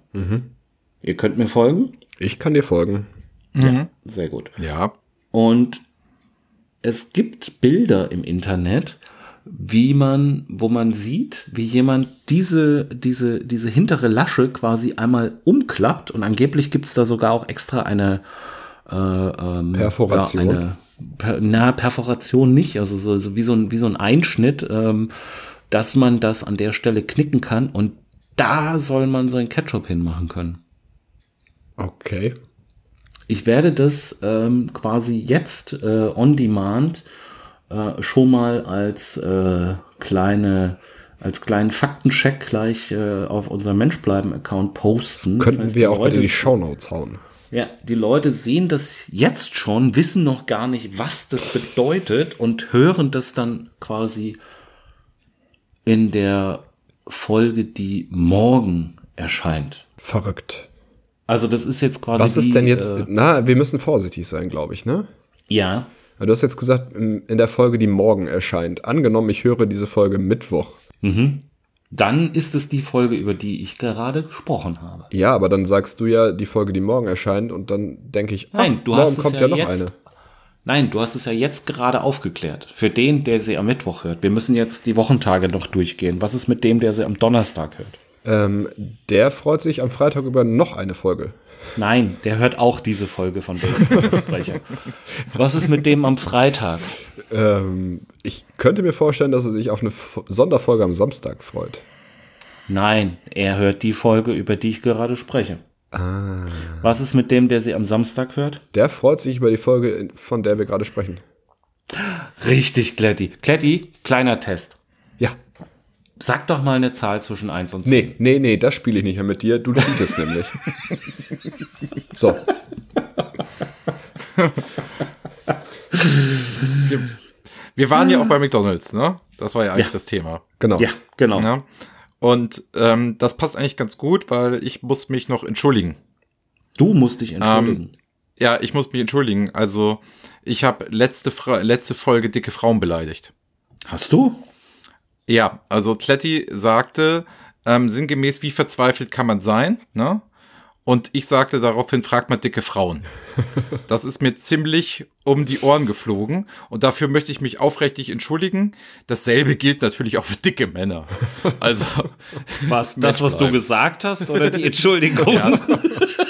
Ihr könnt mir folgen?
Ich kann dir folgen.
Sehr gut.
Ja.
Und es gibt Bilder im Internet, wie man, wo man sieht, wie jemand diese, diese, diese hintere Lasche quasi einmal umklappt und angeblich gibt es da sogar auch extra eine äh, ähm,
Perforation.
ja, eine, per, na, Perforation nicht, also so, so wie, so ein, wie so ein Einschnitt, ähm, dass man das an der Stelle knicken kann und da soll man seinen Ketchup hinmachen können.
Okay.
Ich werde das ähm, quasi jetzt äh, on demand äh, schon mal als äh, kleine als kleinen Faktencheck gleich äh, auf unserem Menschbleiben-Account posten. Das
Könnten
heißt, die
wir auch bitte
Leute-
die Shownotes hauen.
Ja, die Leute sehen das jetzt schon, wissen noch gar nicht, was das bedeutet und hören das dann quasi in der Folge, die morgen erscheint.
Verrückt.
Also das ist jetzt quasi.
Was
die,
ist denn jetzt.
Äh,
Na, wir müssen vorsichtig sein, glaube ich, ne?
ja.
Du hast jetzt gesagt, in in der Folge, die morgen erscheint. Angenommen, ich höre diese Folge Mittwoch.
Dann ist es die Folge, über die ich gerade gesprochen habe.
Ja, aber dann sagst du ja die Folge, die morgen erscheint, und dann denke ich, ach,
Nein, du
morgen
hast es
kommt
ja
ja noch
jetzt-
eine.
Nein, du hast es ja jetzt gerade aufgeklärt. Für den, der sie am Mittwoch hört. Wir müssen jetzt die Wochentage noch durchgehen. Was ist mit dem, der sie am Donnerstag hört?
Ähm, der freut sich am Freitag über noch eine Folge.
Nein, der hört auch diese Folge von der ich spreche. Was ist mit dem am Freitag?
Ähm, ich könnte mir vorstellen, dass er sich auf eine F Sonderfolge am Samstag freut.
Nein, er hört die Folge, über die ich gerade spreche.
Ah.
Was ist mit dem, der sie am Samstag hört?
Der freut sich über die Folge, von der wir gerade sprechen.
Richtig, Kletti. Kletti, kleiner Test.
Ja.
Sag doch mal eine Zahl zwischen 1 und 10.
Nee, nee, nee, das spiele ich nicht mehr mit dir. Du cheatest nämlich. So.
Wir waren
Ah.
ja auch bei McDonalds, ne? Das war ja eigentlich
Ja.
das Thema.
Genau.
Ja, genau.
Ne? Und ähm, das passt eigentlich ganz gut, weil ich muss mich noch entschuldigen.
Du musst dich
Ähm,
entschuldigen.
Ja, ich muss mich entschuldigen. Also, ich habe letzte, Fra letzte Folge dicke Frauen beleidigt.
Hast du?
Ja, also Kletti sagte ähm, sinngemäß, wie verzweifelt kann man sein, ne? Und ich sagte daraufhin, fragt mal dicke Frauen. Das ist mir ziemlich um die Ohren geflogen und dafür möchte ich mich aufrichtig entschuldigen. Dasselbe gilt natürlich auch für dicke Männer. Also,
Was, das, was du
bleiben.
gesagt hast oder die Entschuldigung?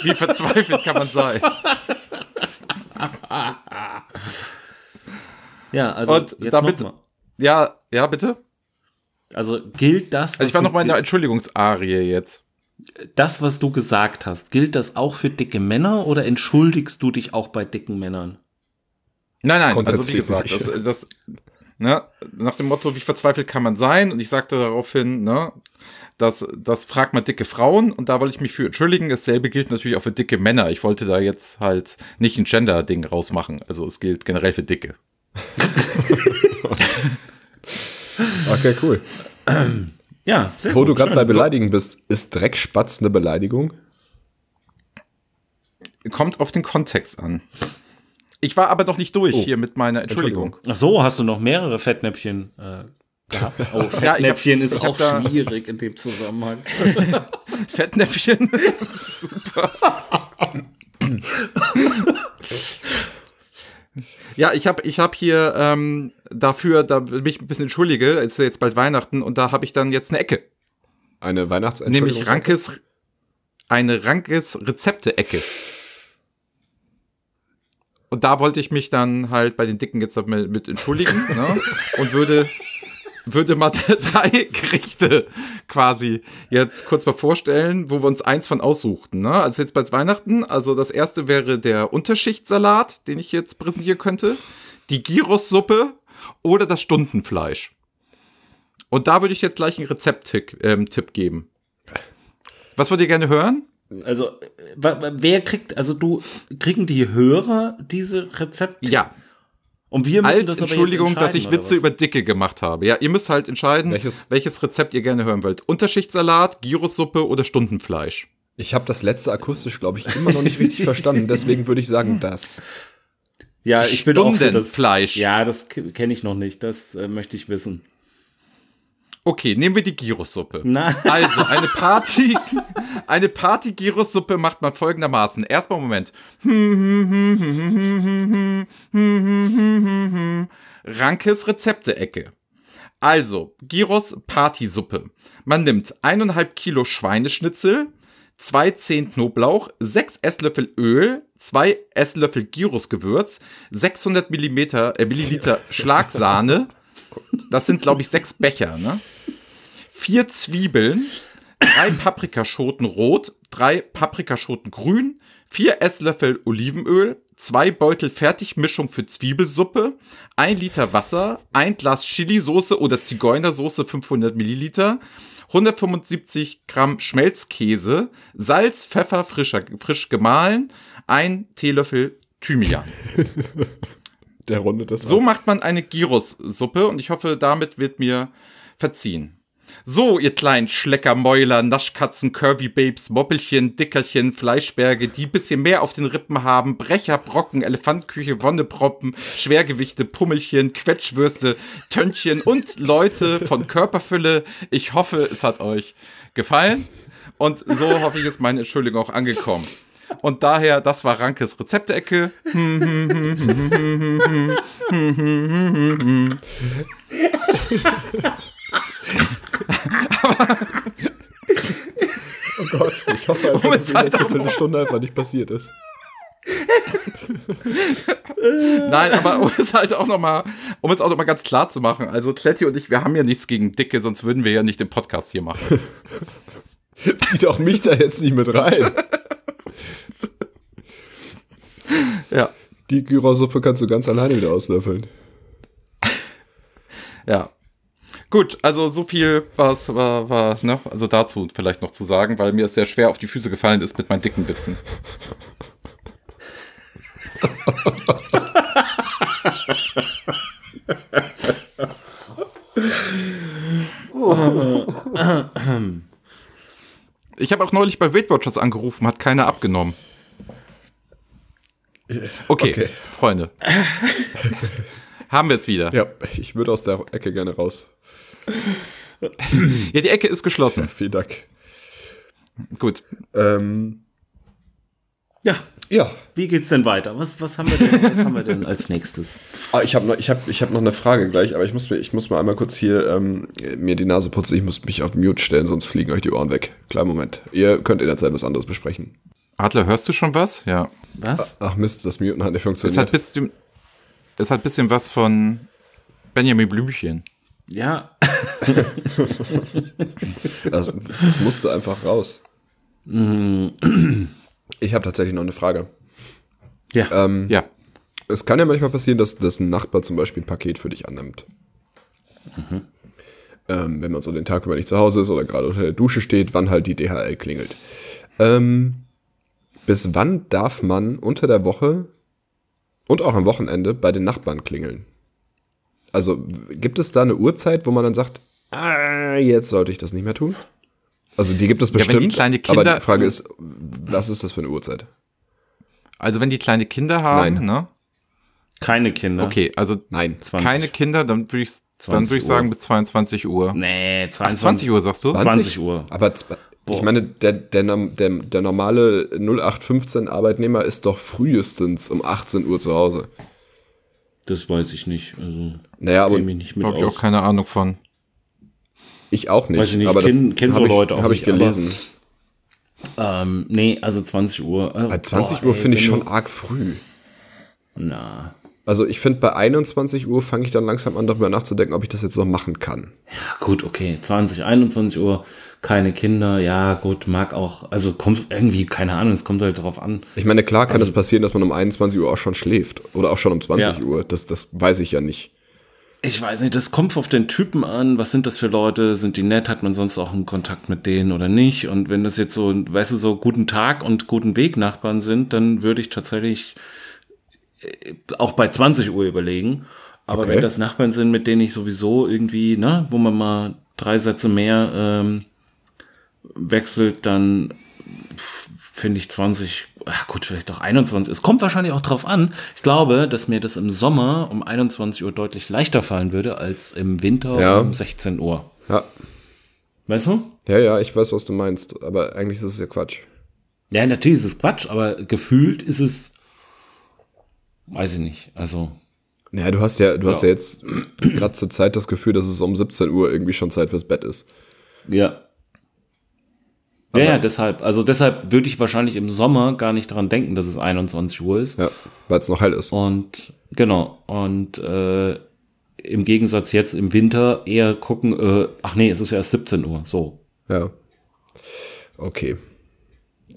wie verzweifelt kann man sein?
Ja, also
Und
jetzt
damit-
noch mal.
Ja, ja, bitte?
Also gilt das,
Also ich war
was
noch mal in
du,
der Entschuldigungsarie jetzt.
das, was du gesagt hast, gilt das auch für dicke Männer oder entschuldigst du dich auch bei dicken Männern?
Nein, nein, also wie
Grundsätzlich
gesagt,
nicht.
das, das, ne, nach dem Motto, wie verzweifelt kann man sein? Und ich sagte daraufhin, ne, das, das fragt man dicke Frauen und da wollte ich mich für entschuldigen. Dasselbe gilt natürlich auch für dicke Männer. Ich wollte da jetzt halt nicht ein Gender-Ding rausmachen. Also es gilt generell für dicke.
Okay, cool.
Ja, sehr
Wo du gerade
schön.
bei Beleidigen bist, ist Dreckspatz eine Beleidigung?
Kommt auf den Kontext an. Ich war aber noch nicht durch
Oh.
hier mit meiner Entschuldigung.
Ach so, hast du noch mehrere Fettnäpfchen äh, gehabt? Oh,
Ja, ich hab-
Fettnäpfchen ist
ich hab
auch
da-
schwierig in dem Zusammenhang.
Fettnäpfchen. Super. ja, ich habe ich hab hier ähm, dafür, da mich ein bisschen entschuldige, es ist ja jetzt bald Weihnachten und da habe ich dann jetzt eine Ecke.
Eine Weihnachtsentschuldigung?
Nämlich Rankes, eine Rankes Rezepte-Ecke. Und da wollte ich mich dann halt bei den Dicken jetzt noch mit, mit entschuldigen ne? und würde, würde mal drei Gerichte quasi jetzt kurz mal vorstellen, wo wir uns eins von aussuchten. Ne? Also jetzt bei Weihnachten, also das erste wäre der Unterschichtssalat, den ich jetzt präsentieren könnte, die Gyrossuppe oder das Stundenfleisch. Und da würde ich jetzt gleich einen Rezept-Tipp ähm, Tipp geben. Was würdet ihr gerne hören?
Also, äh, wa- wa- wer kriegt, also du, kriegen die Hörer diese Rezepte?
Ja,
Und wir müssen das
als
aber jetzt
Entschuldigung, dass ich
entscheiden,
Witze
oder
über Dicke gemacht habe. Ja, ihr müsst halt entscheiden,
Welches?
welches, Rezept ihr gerne hören wollt. Unterschichtssalat, Gyrosuppe oder Stundenfleisch.
Ich habe das letzte akustisch, glaube ich, immer noch nicht richtig verstanden. Deswegen würde ich sagen, das.
was? Ja, ich bin auch für das
Stundenfleisch.
Ja, das k- kenne ich noch nicht. Das äh, möchte ich wissen.
Okay, nehmen wir die Gyrosuppe.
Nein.
Also, eine Party, eine Party Gyrosuppe macht man folgendermaßen. Erstmal Moment. Rankes Rezepte-Ecke. Also, Gyros Partysuppe. Man nimmt 1,5 Kilo Schweineschnitzel, 2 Zehen Knoblauch, 6 Esslöffel Öl, 2 Esslöffel Gyrosgewürz, 600 Millimeter, äh, Milliliter Schlagsahne. Das sind, glaube ich, sechs Becher, ne? vier Zwiebeln, drei Paprikaschoten rot, drei Paprikaschoten grün, vier Esslöffel Olivenöl, zwei Beutel Fertigmischung für Zwiebelsuppe, ein Liter Wasser, ein Glas Chili-Soße oder Zigeunersoße 500 Milliliter, 175 Gramm Schmelzkäse, Salz, Pfeffer frischer, frisch gemahlen, ein Teelöffel Thymian.
Der rundet das
So
ab.
macht man eine Gyros-Suppe und ich hoffe, damit wird mir verziehen. So, ihr kleinen Schleckermäuler, Naschkatzen, Curvy Babes, Moppelchen, Dickerchen, Fleischberge, die bisschen mehr auf den Rippen haben, Brecher, Brocken, Elefantküche, Wonneproppen, Schwergewichte, Pummelchen, Quetschwürste, Töntchen und Leute von Körperfülle. Ich hoffe, es hat euch gefallen. Und so hoffe ich, ist meine Entschuldigung auch angekommen. Und daher, das war Rankes Rezeptecke.
Oh Gott, ich hoffe, einfach,
Moment,
dass die letzte
halt doch mal.
Oh
halt
Viertelstunde einfach nicht passiert ist.
Nein, aber um es halt auch nochmal, um es auch nochmal ganz klar zu machen. Also Kletti und ich, wir haben ja nichts gegen Dicke, sonst würden wir ja nicht den Podcast hier machen.
Zieh doch mich da jetzt nicht mit rein.
Ja,
Die Gyrosuppe kannst du ganz alleine wieder auslöffeln.
ja. Gut, also so viel was war, war, ne, also dazu vielleicht noch zu sagen, weil mir es sehr schwer auf die Füße gefallen ist mit meinen dicken Witzen. Ich habe auch neulich bei Weight Watchers angerufen, hat keiner abgenommen. Okay,
Okay.
Freunde. Haben wir es wieder.
Ja, ich würde aus der Ecke gerne raus.
Ja, die Ecke ist geschlossen.
Vielen Dank.
Gut.
Ähm,
Ja,
ja,
wie geht's denn weiter? Was, was, haben, wir denn, was haben wir denn als nächstes?
Ah, ich habe noch, ich hab, ich hab noch eine Frage gleich, aber ich muss mir, ich muss mal einmal kurz hier ähm, mir die Nase putzen. Ich muss mich auf Mute stellen, sonst fliegen euch die Ohren weg. Kleinen Moment. Ihr könnt in der Zeit was anderes besprechen.
Adler, hörst du schon was? Ja.
Was?
Ach Mist, das Muten hat nicht
Es hat
funktioniert.
bisschen, es hat bisschen was von Benjamin Blümchen.
Ja,
Das, das musste einfach raus. ich habe tatsächlich noch eine Frage.
ja.
Ja.
Es kann ja manchmal passieren, dass, dass ein Nachbar zum Beispiel ein Paket für dich annimmt.
Mhm.
Ähm, wenn man so den Tag über nicht zu Hause ist oder gerade unter der Dusche steht, wann halt die DHL klingelt. Ähm, bis wann darf man unter der Woche und auch am Wochenende bei den Nachbarn klingeln? Also w- gibt es da eine Uhrzeit, wo man dann sagt, ah, jetzt sollte ich das nicht mehr tun? Also die gibt es
wenn die
bestimmt,
kleine
aber
Kinder-
die Frage ist, was ist das für eine Uhrzeit?
Also wenn die kleine Kinder haben,
Nein.
ne?
Keine Kinder.
Okay, also
Nein,
20.
keine Kinder, dann würde ich, dann
20
würde ich
Uhr. also
sagen bis 22 Uhr.
Nee, 22,
Ach, 20 Uhr sagst du?
20 Uhr.
Aber z- ich meine, der, der, norm- der, der normale 0815 Arbeitnehmer ist doch frühestens um 18 Uhr zu Hause.
Das weiß ich nicht. Also,
Naja, aber
kenn mich nicht mit
Habe ich
aus.
auch keine Ahnung von.
ich auch nicht.
Weiß ich nicht,
aber
kenn-
das
kenn so
habe ich,
Leute auch
hab ich
nicht, aber-
gelesen.
Ähm, nee, also 20 Uhr. äh,
Bei 20
boah,
Uhr
ey,
finde ich
wenn
schon
du-
arg früh.
Na,
Also ich finde, bei 21 Uhr fange ich dann langsam an, darüber nachzudenken, ob ich das jetzt noch machen kann.
ja, gut, okay. 20, 21 Uhr, keine Kinder. Ja, gut, mag auch. Also kommt irgendwie, keine Ahnung, es kommt halt drauf an.
Ich meine, klar kann es passieren, dass man um 21 Uhr auch schon schläft. Oder auch schon um 20
Also Ja.
Uhr. Das, das weiß ich ja nicht.
Ich weiß nicht, das kommt auf den Typen an. Was sind das für Leute? Sind die nett? Hat man sonst auch einen Kontakt mit denen oder nicht? Und wenn das jetzt so, weißt du, so guten Tag und guten Weg Nachbarn sind, dann würde ich tatsächlich äh, auch bei 20 Uhr überlegen. Aber
Okay.
wenn das Nachbarn sind, mit denen ich sowieso irgendwie, ne, wo man mal drei Sätze mehr ähm, wechselt, dann finde ich 20, ach gut, vielleicht auch 21. Es kommt wahrscheinlich auch drauf an. Ich glaube, dass mir das im Sommer um 21 Uhr deutlich leichter fallen würde als im Winter
Ja.
um 16 Uhr.
Ja,
Weißt du?
ja, ja ich weiß, was du meinst. Aber eigentlich ist es ja Quatsch.
Ja, natürlich ist es Quatsch, aber gefühlt ist es, weiß ich nicht. Also,
Naja, du hast ja, du hast ja
Ja.
jetzt gerade zur Zeit das Gefühl, dass es um 17 Uhr irgendwie schon Zeit fürs Bett ist.
ja. Ja, ja, deshalb. Also deshalb würde ich wahrscheinlich im Sommer gar nicht daran denken, dass es 21 Uhr ist.
Ja, weil es noch hell ist.
Und genau, und äh, im Gegensatz jetzt im Winter eher gucken, äh, ach nee, es ist ja erst 17 Uhr, so.
Ja. Okay.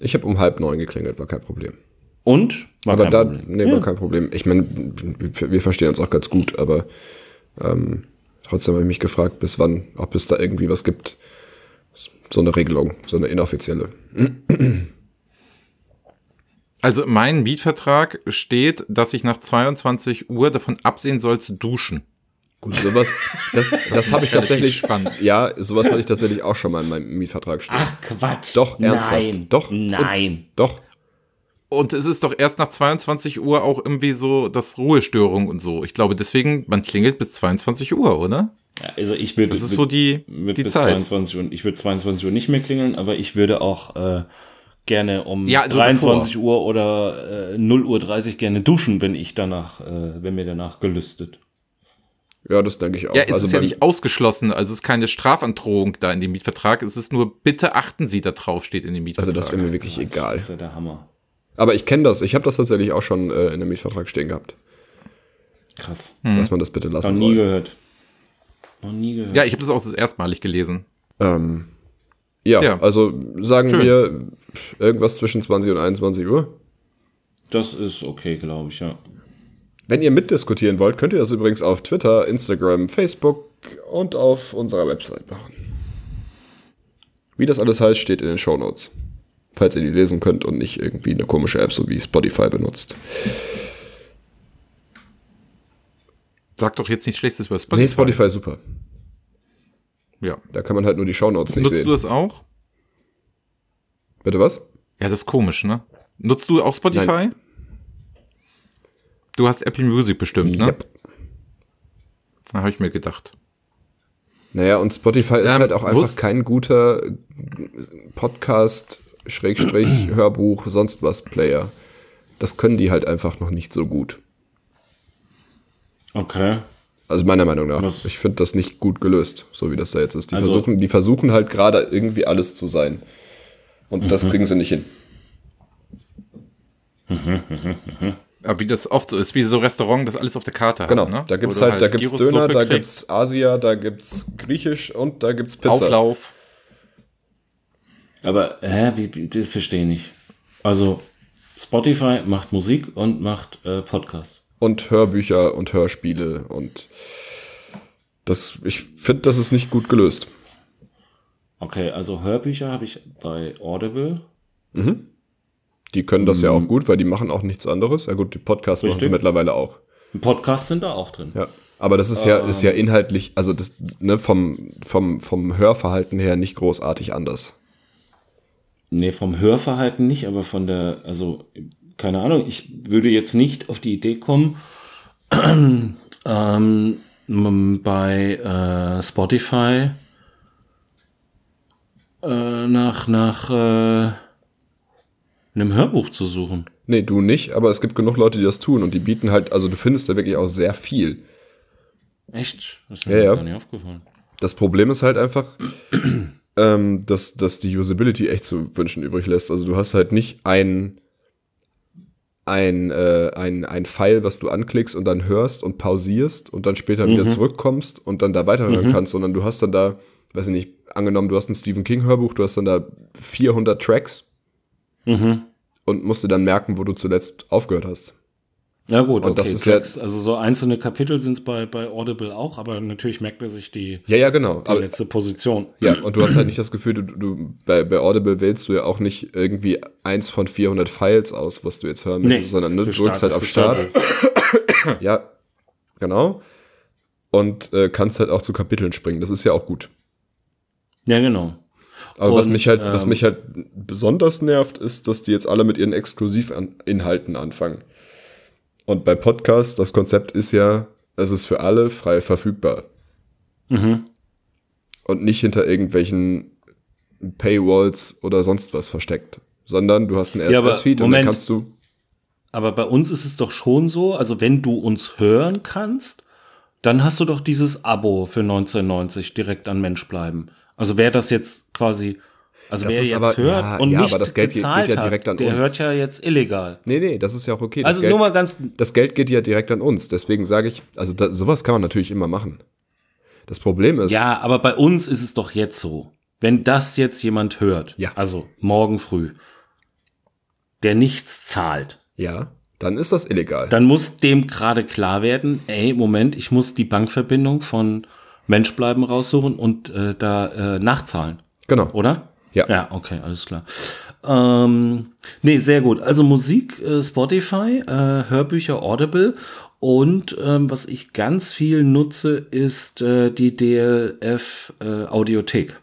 Ich habe um halb neun geklingelt, war kein Problem.
Und? War
aber
kein
da,
Problem.
nee, war kein Problem. Ich meine, wir wir verstehen uns auch ganz gut, aber ähm, trotzdem habe ich mich gefragt, bis wann, ob es da irgendwie was gibt. So eine Regelung, so eine inoffizielle.
Also in meinem Mietvertrag steht, dass ich nach 22 Uhr davon absehen soll zu duschen.
Gut, sowas, das, das habe ich tatsächlich.
spannend.
Ja, sowas hatte ich tatsächlich auch schon mal in meinem Mietvertrag stehen.
Ach Quatsch.
Doch, ernsthaft.
Nein.
Doch.
Nein.
Und, doch.
Und es ist doch erst nach 22 Uhr auch irgendwie so das Ruhestörung und so. Ich glaube, deswegen, man klingelt bis 22 Uhr, oder?
Ja, Also ich würde
Das ist so die,
mit
die
bis
Zeit.
22 Uhr, ich würde 22 Uhr nicht mehr klingeln, aber ich würde auch äh, gerne um
Ja, also
23 Uhr oder äh, 0 Uhr 30 gerne duschen, wenn ich danach, äh, wenn mir danach gelüstet.
Ja, das denke ich auch. Also
Ja, es ist ja
beim-
nicht ausgeschlossen. Also es ist keine Strafandrohung da in dem Mietvertrag. Es ist nur, bitte achten Sie da drauf, steht in dem
Also
Mietvertrag.
das wäre mir wirklich egal.
Das ist ja der Hammer.
Aber ich kenne das. Ich habe das tatsächlich auch schon äh, in einem Mietvertrag stehen gehabt.
Krass.
Hm.
Dass man das bitte
Noch
lassen
nie
soll.
gehört. Noch nie gehört.
Ja, ich habe das auch das erstmalig gelesen.
Ähm, ja,
Ja.
also sagen
Schön.
wir pff, irgendwas zwischen 20 und 21 Uhr.
Das ist okay, glaube ich, ja.
Wenn ihr mitdiskutieren wollt, könnt ihr das übrigens auf Twitter, Instagram, Facebook und auf unserer Website machen. Wie das alles heißt, steht in den Shownotes. Falls ihr die lesen könnt und nicht irgendwie eine komische App so wie Spotify benutzt.
Sag doch jetzt nichts Schlechtes über Spotify.
Nee, Spotify ist super.
Ja.
Da kann man halt nur die Shownotes nicht
Nutzt du
sehen.
das auch?
Bitte was?
Ja, das ist komisch, ne? Nutzt du auch Spotify?
Nein.
Du hast Apple Music bestimmt, ne?
Yep.
Da habe ich mir gedacht.
Naja, und Spotify ist
Ähm,
halt auch einfach
wusst-
kein guter äh, Podcast, Schrägstrich, Hörbuch, sonst was Player. Das können die halt einfach noch nicht so gut.
Okay.
Also meiner Meinung nach.
Was?
Ich finde das nicht gut gelöst, so wie das da jetzt ist. Die,
Also-
versuchen, die versuchen halt gerade irgendwie alles zu sein. Und
Mhm.
das kriegen sie nicht hin.
Aber wie das oft so ist, wie so Restaurant, das alles auf der Karte hat.
Genau.
ne?
Da gibt's
Wo du
halt, da gibt's
Gyros-Suppe
Döner, da
kriegst,
gibt's Asia, da gibt's Griechisch und da gibt's Pizza.
Auflauf.
Aber, hä, wie, wie, das verstehe ich nicht. Also, Spotify macht Musik und macht äh, Podcasts.
Und Hörbücher und Hörspiele und das, ich finde, das ist nicht gut gelöst.
Okay, also Hörbücher habe ich bei Audible.
Die können das ja auch gut, weil die machen auch nichts anderes. Ja gut, die Podcasts machen sie
Richtig.
mittlerweile auch.
Podcasts sind da auch drin.
Ja. Aber das ist ja, ist ja inhaltlich, also das, ne, vom, vom, vom Hörverhalten her nicht großartig anders.
Nee, vom Hörverhalten nicht, aber von der, also, keine Ahnung, ich würde jetzt nicht auf die Idee kommen, ähm, m- bei äh, Spotify äh, nach, nach äh, einem Hörbuch zu suchen.
Nee, du nicht, aber es gibt genug Leute, die das tun und die bieten halt, also du findest da wirklich auch sehr viel.
Echt? Das ist
Ja,
mir
ja.
gar nicht aufgefallen.
Das Problem ist halt einfach, ähm, dass, dass die Usability echt zu wünschen übrig lässt. Also du hast halt nicht ein, ein, äh, ein, ein Pfeil, was du anklickst und dann hörst und pausierst und dann später wieder zurückkommst und dann da weiterhören kannst, sondern du hast dann da, weiß ich nicht, angenommen, du hast ein Stephen King-Hörbuch, du hast dann da 400 Tracks und musst dir dann merken, wo du zuletzt aufgehört hast.
Ja gut,
Und
okay.
das ist
Tracks,
ja-
also so einzelne Kapitel sind es bei, bei Audible auch, aber natürlich merkt er sich die,
Ja, ja, genau.
die
Aber-
letzte Position.
Ja, und du hast halt nicht das Gefühl, du, du bei, bei Audible wählst du ja auch nicht irgendwie eins von 400 Files aus, was du jetzt hören möchtest, sondern ne, du drückst halt auf Start. Ja, genau. Und äh, kannst halt auch zu Kapiteln springen. Das ist ja auch gut.
Ja, genau.
Aber was
Und,
mich halt, was
ähm,
mich halt besonders nervt, ist, dass die jetzt alle mit ihren Exklusivinhalten anfangen. Und bei Podcasts, das Konzept ist ja, es ist für alle frei verfügbar.
Mhm.
Und nicht hinter irgendwelchen Paywalls oder sonst was versteckt. Sondern du hast einen
Ja, aber
RSS-Feed und dann
Moment.
kannst du.
Aber bei uns ist es doch schon so, also wenn du uns hören kannst, dann hast du doch dieses Abo für 1990 direkt an Mensch bleiben. Also wer das jetzt quasi, also
Das
wer
ist
jetzt
aber-
hört
ja,
und
ja,
nicht
aber das Geld geht- geht ja
bezahlt
direkt
hat,
an
der
uns.
hört ja jetzt illegal.
Nee, nee, das ist ja auch okay. Das
Also nur mal ganz,
das Geld geht ja direkt an uns. Deswegen sage ich, also da, sowas kann man natürlich immer machen. Das Problem ist,
ja, aber bei uns ist es doch jetzt so. Wenn das jetzt jemand hört,
Ja.
also morgen früh, der nichts zahlt,
ja dann ist das illegal.
dann muss dem gerade klar werden, ey, Moment, ich muss die Bankverbindung von Mensch bleiben raussuchen und äh, da äh, nachzahlen,
genau.
oder?
Ja.
Ja, okay, alles klar. Ähm, nee, sehr gut. Also Musik, äh, Spotify, äh, Hörbücher, Audible und ähm, was ich ganz viel nutze, ist äh, die DLF äh, Audiothek.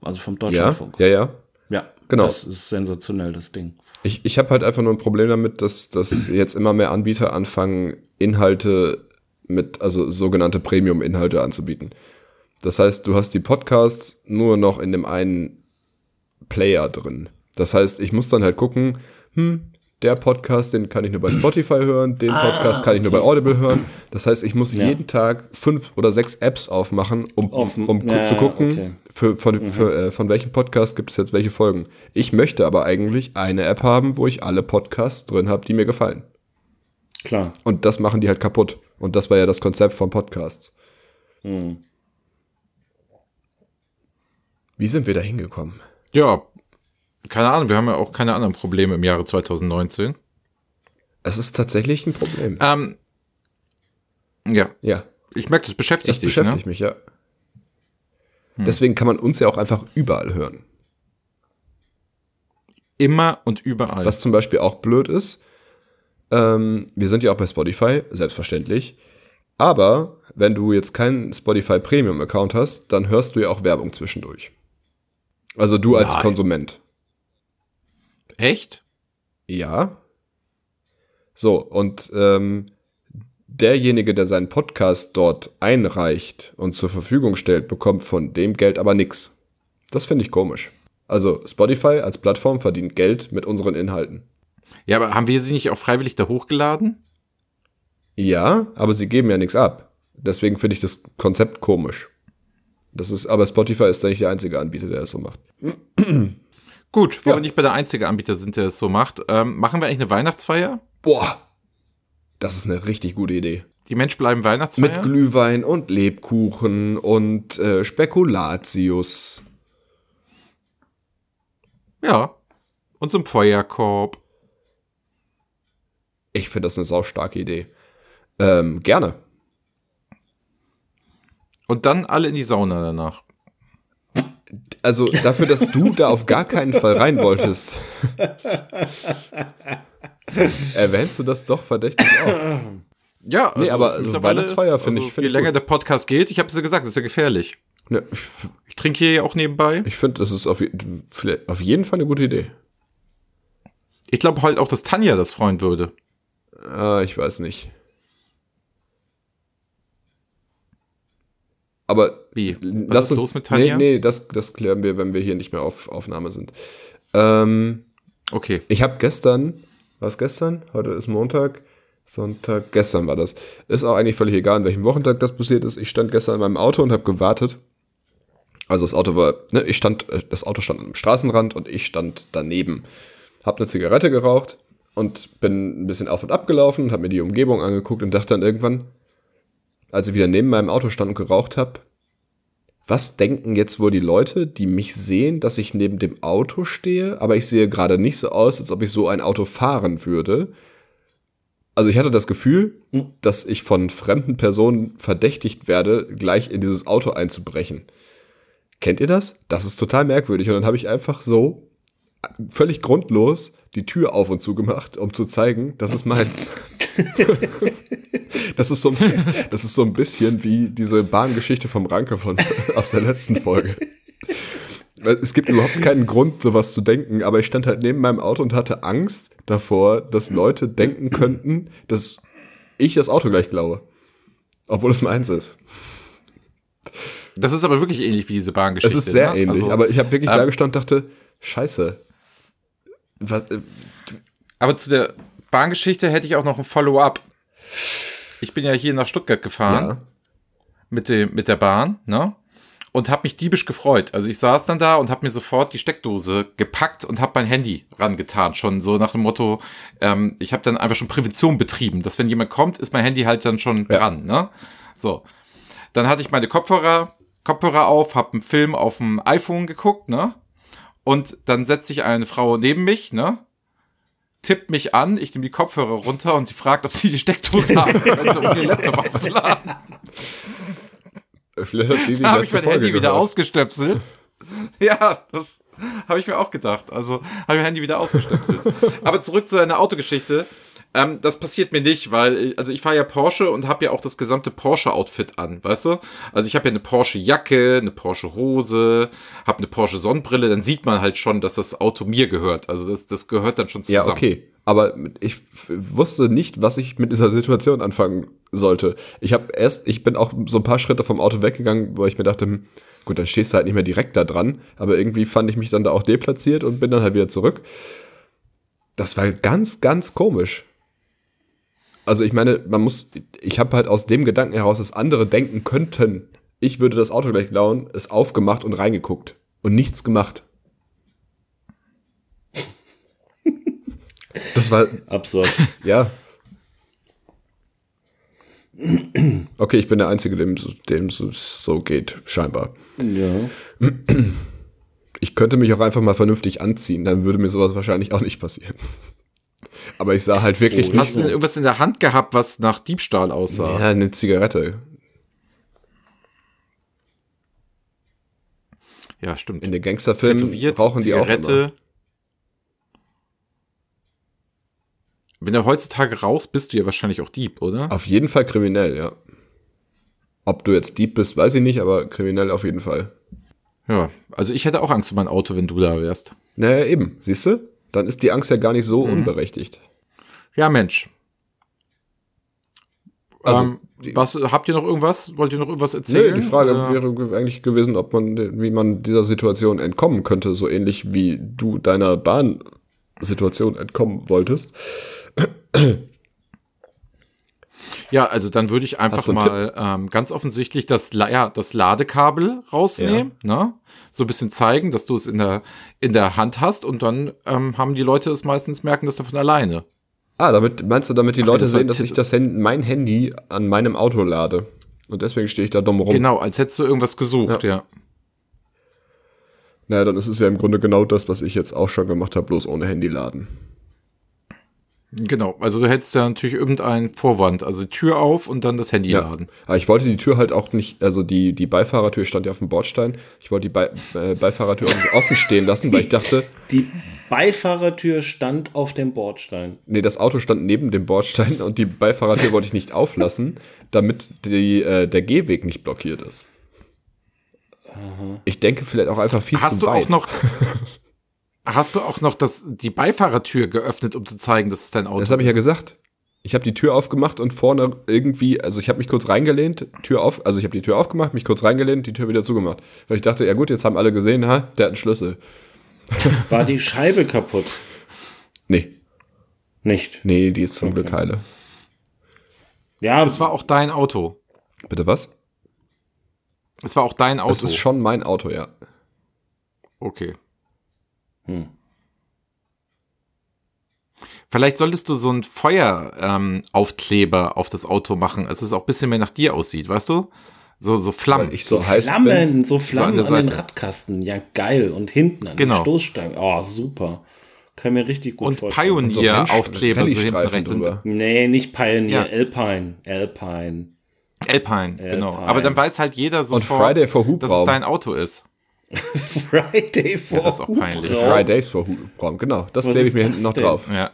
Also vom
Ja,
Deutschlandfunk.
ja, ja.
ja,
genau.
Das ist sensationell, das Ding.
Ich, ich habe halt einfach nur ein Problem damit, dass, dass jetzt immer mehr Anbieter anfangen, Inhalte mit, also sogenannte Premium-Inhalte anzubieten. Das heißt, du hast die Podcasts nur noch in dem einen Player drin. Das heißt, ich muss dann halt gucken, hm, der Podcast, den kann ich nur bei Spotify hören, den Podcast kann ich nur bei Audible hören. Das heißt, ich muss
Ah, Ja.
jeden Tag fünf oder sechs Apps aufmachen, um,
Offen.
um
Ja,
zu gucken,
okay. Mhm.
für, von, für, äh, von welchem Podcast gibt es jetzt welche Folgen. Ich möchte aber eigentlich eine App haben, wo ich alle Podcasts drin habe, die mir gefallen.
Klar.
Und das machen die halt kaputt. Und das war ja das Konzept von Podcasts.
Hm.
Wie sind wir da hingekommen?
Ja, keine Ahnung, wir haben ja auch keine anderen Probleme im Jahre 2019.
Es ist tatsächlich ein Problem.
Ähm, ja,
Ja,
ich merke, das beschäftigt
das
dich.
beschäftigt
ne? Hm.
mich, ja. Deswegen kann man uns ja auch einfach überall hören.
Immer und überall.
Was zum Beispiel auch blöd ist, ähm, wir sind ja auch bei Spotify, selbstverständlich. Aber wenn du jetzt keinen Spotify Premium Account hast, dann hörst du ja auch Werbung zwischendurch. Also du als
Nein.
Konsument.
Echt?
Ja. So, und ähm, derjenige, der seinen Podcast dort einreicht und zur Verfügung stellt, bekommt von dem Geld aber nichts. Das finde ich komisch. Also Spotify als Plattform verdient Geld mit unseren Inhalten.
Ja, aber haben wir sie nicht auch freiwillig da hochgeladen?
Ja, aber sie geben ja nichts ab. Deswegen finde ich das Konzept komisch. Das ist, aber Spotify ist eigentlich der einzige Anbieter, der es so macht.
Gut, wo
Ja.
wir nicht bei der einzige Anbieter sind, der es so macht. Ähm, machen wir eigentlich eine Weihnachtsfeier?
Boah, das ist eine richtig gute Idee.
Die Mensch bleiben
Mit
Weihnachtsfeier?
Glühwein und Lebkuchen und äh, Spekulatius.
ja. Und so einem Feuerkorb.
Ich finde das eine saustarke Idee. Ähm, gerne.
Und dann alle in die Sauna danach.
Also dafür, dass du da auf gar keinen Fall rein wolltest. Erwähnst du das doch verdächtig auch?
Ja, also
Nee, aber also
mittlerweile-
Weihnachtsfeier finde ich- finde
je
ich
länger
gut.
der Podcast geht, ich habe es ja gesagt, ist ja gefährlich.
Ne, ich
Ich trinke hier ja auch nebenbei.
ich finde, das ist auf, je- vielleicht- auf jeden Fall eine gute Idee.
Ich glaube halt auch, dass Tanja das freuen würde.
Ah, ich weiß nicht. Aber
Wie? Was
lass
ist
uns-
los mit Tanja?
Nee, nee, das, das klären wir, wenn wir hier nicht mehr auf Aufnahme sind. Ähm,
Okay.
Ich habe gestern, war es gestern? Heute ist Montag, Sonntag, gestern war das. Ist auch eigentlich völlig egal, an welchem Wochentag das passiert ist. Ich stand gestern in meinem Auto und habe gewartet. Also das Auto war, ne, ich stand, äh, das Auto stand am Straßenrand und ich stand daneben. Hab eine Zigarette geraucht und bin ein bisschen auf und ab gelaufen und habe mir die Umgebung angeguckt und dachte dann irgendwann, als ich wieder neben meinem Auto stand und geraucht habe, was denken jetzt wohl die Leute, die mich sehen, dass ich neben dem Auto stehe, aber ich sehe gerade nicht so aus, als ob ich so ein Auto fahren würde. Also ich hatte das Gefühl, dass ich von fremden Personen verdächtigt werde, gleich in dieses Auto einzubrechen. Kennt ihr das? Das ist total merkwürdig. Und dann habe ich einfach so völlig grundlos die Tür auf und zu gemacht, um zu zeigen, das ist meins. Das ist, so, ein- das ist so ein bisschen wie diese Bahngeschichte vom Ranke von, aus der letzten Folge. Weil Es gibt überhaupt keinen Grund, sowas zu denken, aber ich stand halt neben meinem Auto und hatte Angst davor, dass Leute denken könnten, dass ich das Auto gleich glaube. Obwohl es meins ist.
Das ist aber wirklich ähnlich wie diese
Es
Bahngeschichte.
ist sehr
ne?
ähnlich,
Also-
aber ich habe wirklich
ähm,
da gestanden und dachte, scheiße. Was, äh,
Aber zu der Bahngeschichte hätte ich auch noch ein Follow-up. Ich bin ja hier nach Stuttgart gefahren
ja.
mit, dem, mit der Bahn, ne? Und habe mich diebisch gefreut. Also ich saß dann da und habe mir sofort die Steckdose gepackt und habe mein Handy rangetan. Schon so nach dem Motto, ähm, ich habe dann einfach schon Prävention betrieben, dass wenn jemand kommt, ist mein Handy halt dann schon
Ja.
dran, ne? So. Dann hatte ich meine Kopfhörer, Kopfhörer auf, habe einen Film auf dem iPhone geguckt, ne? Und dann setzt sich eine Frau neben mich, ne? tippt mich an, ich nehme die Kopfhörer runter und sie fragt, ob sie die Steckdose haben könnte, um ihren Laptop aufzuladen.
Vielleicht hat die die
Da habe ich
letzte
mein
Folge
Handy wieder
gehört.
ausgestöpselt. Ja, das habe ich mir auch gedacht. Also habe ich mein Handy wieder ausgestöpselt. Aber zurück zu deiner Autogeschichte. Ähm, das passiert mir nicht, weil äh, also ich fahre ja Porsche und habe ja auch das gesamte Porsche-Outfit an, weißt du? Also ich habe ja eine Porsche-Jacke, eine Porsche-Hose, habe eine Porsche-Sonnenbrille. Dann sieht man halt schon, dass das Auto mir gehört. Also das, das gehört dann schon zusammen.
Ja, okay. Aber ich f- wusste nicht, was ich mit dieser Situation anfangen sollte. Ich habe erst, ich bin auch so ein paar Schritte vom Auto weggegangen, wo ich mir dachte, hm, gut, dann stehst du halt nicht mehr direkt da dran. Aber irgendwie fand ich mich dann da auch deplatziert und bin dann halt wieder zurück. das war ganz, ganz komisch. Also ich meine, man muss, ich habe halt aus dem Gedanken heraus, dass andere denken könnten, ich würde das Auto gleich klauen, es aufgemacht und reingeguckt und nichts gemacht. Das war,
Absurd.
ja. Okay, ich bin der Einzige, dem, dem es so geht, scheinbar.
ja.
Ich könnte mich auch einfach mal vernünftig anziehen, dann würde mir sowas wahrscheinlich auch nicht passieren. Aber ich sah halt wirklich
Oh,
nicht.
Hast du denn irgendwas in der Hand gehabt, was nach Diebstahl aussah?
Ja, eine Zigarette
Ja, stimmt.
In den Gangsterfilmen rauchen die auch immer.
Wenn du heutzutage rauchst, bist du ja wahrscheinlich auch Dieb, oder?
Auf jeden Fall kriminell, ja. Ob du jetzt Dieb bist, weiß ich nicht, aber kriminell auf jeden Fall.
Ja. Also ich hätte auch Angst um mein Auto, wenn du da wärst.
Naja, eben, siehst du? Dann ist die Angst ja gar nicht so unberechtigt.
Ja, Mensch.
Also,
ähm, was, habt ihr noch irgendwas? Wollt ihr noch irgendwas
Nö,
erzählen?
die Frage
Oder-
wäre ge- eigentlich gewesen, ob man, wie man dieser Situation entkommen könnte, so ähnlich wie du deiner Bahnsituation entkommen wolltest.
Ja, also dann würde ich einfach
Hast du einen
mal ähm, ganz offensichtlich das, La- ja, das Ladekabel rausnehmen, ne? so ein bisschen zeigen, dass du es in der, in der Hand hast und dann ähm, haben die Leute es meistens merken, das davon alleine.
Ah, damit meinst du, damit die
Ach,
Leute
das war
sehen,
ein
dass
Tipp.
ich das Hand, mein Handy an meinem Auto lade. Und deswegen stehe ich da dumm rum.
Genau, als hättest du irgendwas gesucht, ja.
Naja, dann ist es ja im Grunde genau das, was ich jetzt auch schon gemacht habe, bloß ohne Handy laden.
Genau, also du hättest ja natürlich irgendeinen Vorwand, also die Tür auf und dann das Handy
Ja.
laden.
Aber ich wollte die Tür halt auch nicht, also die, die Beifahrertür stand ja auf dem Bordstein. Ich wollte die Bei, äh, Beifahrertür auch nicht offen stehen lassen, weil ich dachte,
Die Beifahrertür stand auf dem Bordstein.
nee, das Auto stand neben dem Bordstein und die Beifahrertür wollte ich nicht auflassen, damit die, äh, der Gehweg nicht blockiert ist. Ich denke vielleicht auch einfach viel zu
Hast du
weit.
auch noch Hast du auch noch das, die Beifahrertür geöffnet, um zu zeigen, dass es dein Auto
das habe ich ja
ist?
gesagt. Ich habe die Tür aufgemacht und vorne irgendwie, also ich habe mich kurz reingelehnt, Tür auf, also ich habe die Tür aufgemacht, mich kurz reingelehnt, die Tür wieder zugemacht. Weil ich dachte, ja gut, jetzt haben alle gesehen, ha, der hat einen Schlüssel.
War die Scheibe kaputt?
Nee,
Nicht.
nee, die ist zum Glück heile.
Ja,
Es war auch dein Auto.
Bitte was?
Es war auch dein Auto.
Das ist schon mein Auto, ja.
Okay.
Hm.
Vielleicht solltest du so einen Feueraufkleber ähm, Aufkleber auf das Auto machen, als es auch ein bisschen mehr nach dir aussieht, weißt du? So, so Flammen.
Weil ich so heiß bin.
Flammen, so Flammen
der
an, den
Seite.
Radkasten. Ja, geil. Und hinten an
Genau.
den Stoßstangen. Oh, super. Kann mir richtig gut
und
vorstellen.
Pioneer-Aufkleber, so, hinten
Rallye-Streifen
rechts.
drüber.
sind-
Nee, nicht Pioneer,
Ja.
Alpine. Alpine.
Alpine, genau.
Alpine.
Aber dann weiß halt jeder sofort,
Friday for Hubraum.
dass es dein Auto ist.
Friday vor
das ist auch peinlich.
Hubraum.
Fridays for Hubraum, genau. Das
Was
klebe ich
ist
mir
das
hinten noch
denn?
drauf.
Ja.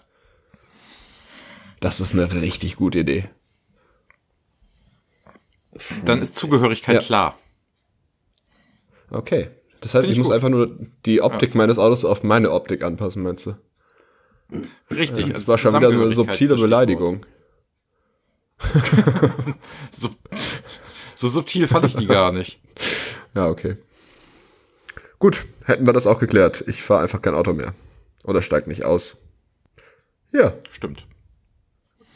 Das ist eine richtig gute Idee.
Dann ist Zugehörigkeit
Ja.
klar.
Okay. Das
Finde
heißt, ich,
ich
muss
gut.
einfach nur die Optik meines Autos auf meine Optik anpassen, meinst du?
Richtig. als
Das war schon wieder so eine
Zusammengehörigkeit
subtile
ist das
Beleidigung.
Stichwort. So, so subtil fand ich die gar nicht.
Ja, okay. Gut, hätten wir das auch geklärt. Ich fahre einfach kein Auto mehr. Oder steig nicht aus. Ja,
Stimmt.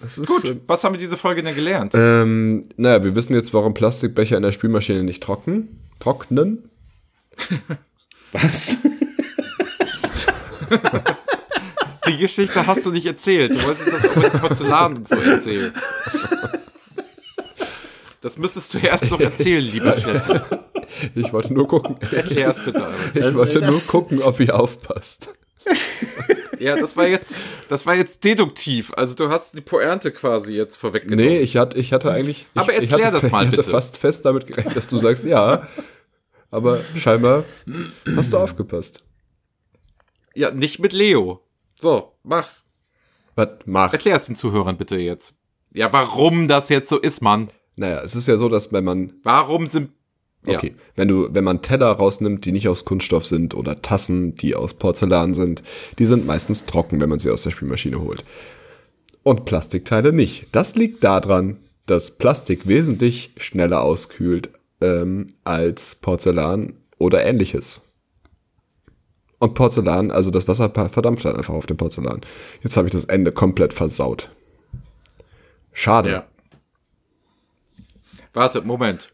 das ist
Gut,
äh,
was haben wir diese Folge denn gelernt?
Ähm, naja, wir wissen jetzt, warum Plastikbecher in der Spülmaschine nicht trocken, trocknen.
Was?
Die Geschichte hast du nicht erzählt. Du wolltest das auch mit Porzellan und so erzählen. Das müsstest du erst noch erzählen, lieber Kletti.
Ich wollte nur gucken.
Erklär's bitte. Albert.
Ich wollte nur gucken, ob ihr aufpasst.
Ja, das war jetzt, das war jetzt deduktiv. Also du hast die Pointe quasi jetzt vorweggenommen.
Nee, ich hatte, ich hatte eigentlich. Ich,
Genau. Aber
ich
erklär
hatte,
das mal
ich hatte
bitte.
fast fest damit gerechnet, dass du sagst, ja. Aber scheinbar hast du aufgepasst.
Ja, nicht mit Leo. So, mach.
Was mach?
Erklär's den Zuhörern bitte jetzt. Ja, warum das jetzt so ist, Mann.
Naja, es ist ja so, dass wenn man
Warum sind. Ja.
Okay. Wenn du, wenn man Teller rausnimmt, die nicht aus Kunststoff sind oder Tassen, die aus Porzellan sind, die sind meistens trocken, wenn man sie aus der Spülmaschine holt. Und Plastikteile nicht. Das liegt daran, dass Plastik wesentlich schneller auskühlt ähm, als Porzellan oder ähnliches. Und Porzellan, also das Wasser pa- verdampft dann einfach auf dem Porzellan. Jetzt habe ich das Ende komplett versaut. Schade.
Ja. Warte, Moment.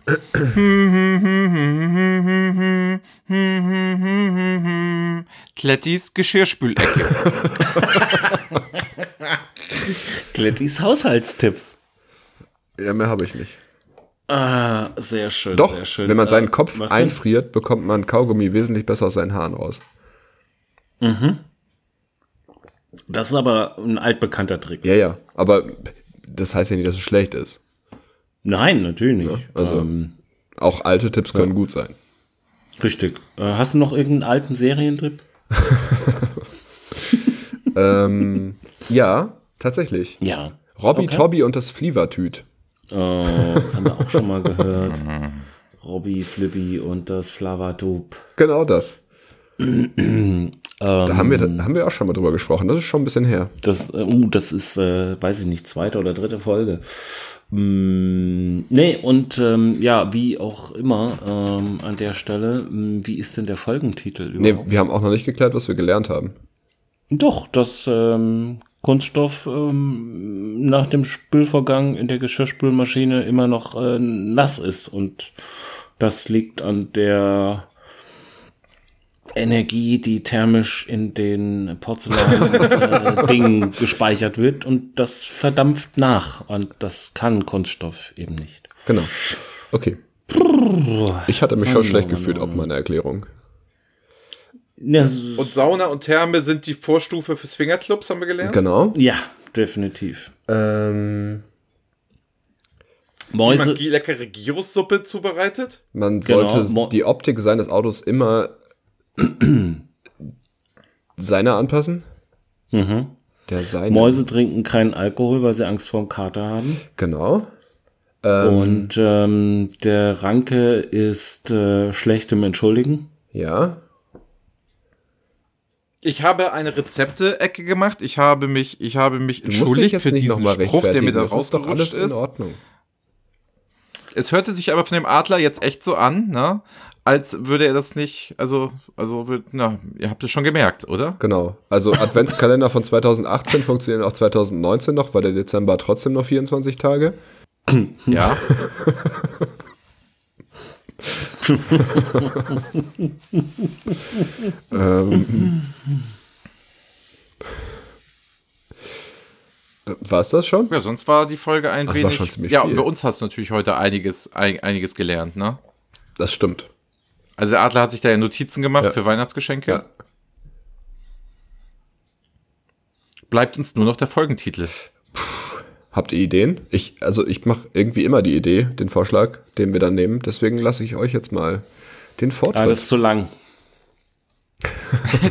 Klettis Geschirrspülecke.
Klettis Haushaltstipps.
Ja, mehr habe ich nicht.
Ah, sehr schön.
Doch,
sehr schön.
wenn man seinen
Äh,
Kopf
was denn?
einfriert, bekommt man Kaugummi wesentlich besser aus seinen Haaren raus.
Das ist aber ein altbekannter Trick.
Ja, ja. Aber das heißt ja nicht, dass es schlecht ist.
Nein, natürlich nicht.
also-
Ähm.
Auch alte Tipps können gut sein.
richtig. Äh, hast du noch irgendeinen alten Serientrip?
ähm, ja, tatsächlich.
Ja.
Robby Tobby und das Flievertüt.
Oh, das haben wir auch schon mal gehört. Robby, Flippy und das Flavatop.
Genau das. da haben wir,
Ähm.
da haben wir auch schon mal drüber gesprochen. Das ist schon ein bisschen her.
Das, äh, uh, das ist, äh, weiß ich nicht, zweite oder dritte Folge. Mm, nee, und ähm, ja, wie auch immer ähm, an der Stelle, mm, wie ist denn der Folgentitel
Nee,
überhaupt?
wir haben auch noch nicht geklärt, was wir gelernt haben.
Doch, das ähm, Kunststoff ähm, nach dem Spülvorgang in der Geschirrspülmaschine immer noch äh, nass ist und das liegt an der Energie, die thermisch in den Porzellan-Dingen gespeichert wird und das verdampft nach und das kann Kunststoff eben nicht.
Genau. Okay. Ich hatte
Hm.
mich schon schlecht gefühlt, ob meine Erklärung.
Ja,
Und Sauna und Therme sind die Vorstufe für Swingerclubs, haben wir gelernt?
Genau.
ja definitiv.
Ähm,
Wie man
Mäuse,
die leckere Gyros-Suppe zubereitet?
Man
Genau,
sollte
mo-
die Optik seines Autos immer seiner anpassen. Der seine.
Mhm. Mäuse trinken keinen Alkohol, weil sie Angst vor dem Kater haben.
Genau.
Und ähm, der Ranke ist äh, schlecht im Entschuldigen.
Ja.
Ich habe eine Rezepte-Ecke gemacht. Ich habe mich, ich habe mich
Du musst dich
entschuldigt
jetzt
für
nicht
diesen
nochmal
Spruch, der
rechtfertigen.
mir da
das ist doch alles
rausgerutscht ist.
in Ordnung.
Es hörte sich aber von dem Adler jetzt echt so an, ne? Als würde er das nicht, also, also, wür- na, ihr habt es schon gemerkt, oder?
Genau. Also Adventskalender von 2018 funktioniert auch 2019 noch, weil der Dezember hat trotzdem noch 24 Tage.
Ja.
Ähm. War es das schon?
Ja, sonst war die Folge ein
Das war
wenig.
schon ziemlich
ja,
viel.
und bei uns hast du natürlich heute einiges, ein, einiges gelernt, ne?
Das stimmt.
Also der Adler hat sich da ja Notizen gemacht
Ja.
für Weihnachtsgeschenke.
Ja.
Bleibt uns nur noch der Folgentitel.
Habt ihr Ideen? Ich, also ich mache irgendwie immer die Idee, den Vorschlag, den wir dann nehmen. Deswegen lasse ich euch jetzt mal den Vortritt.
Ah, das ist zu lang.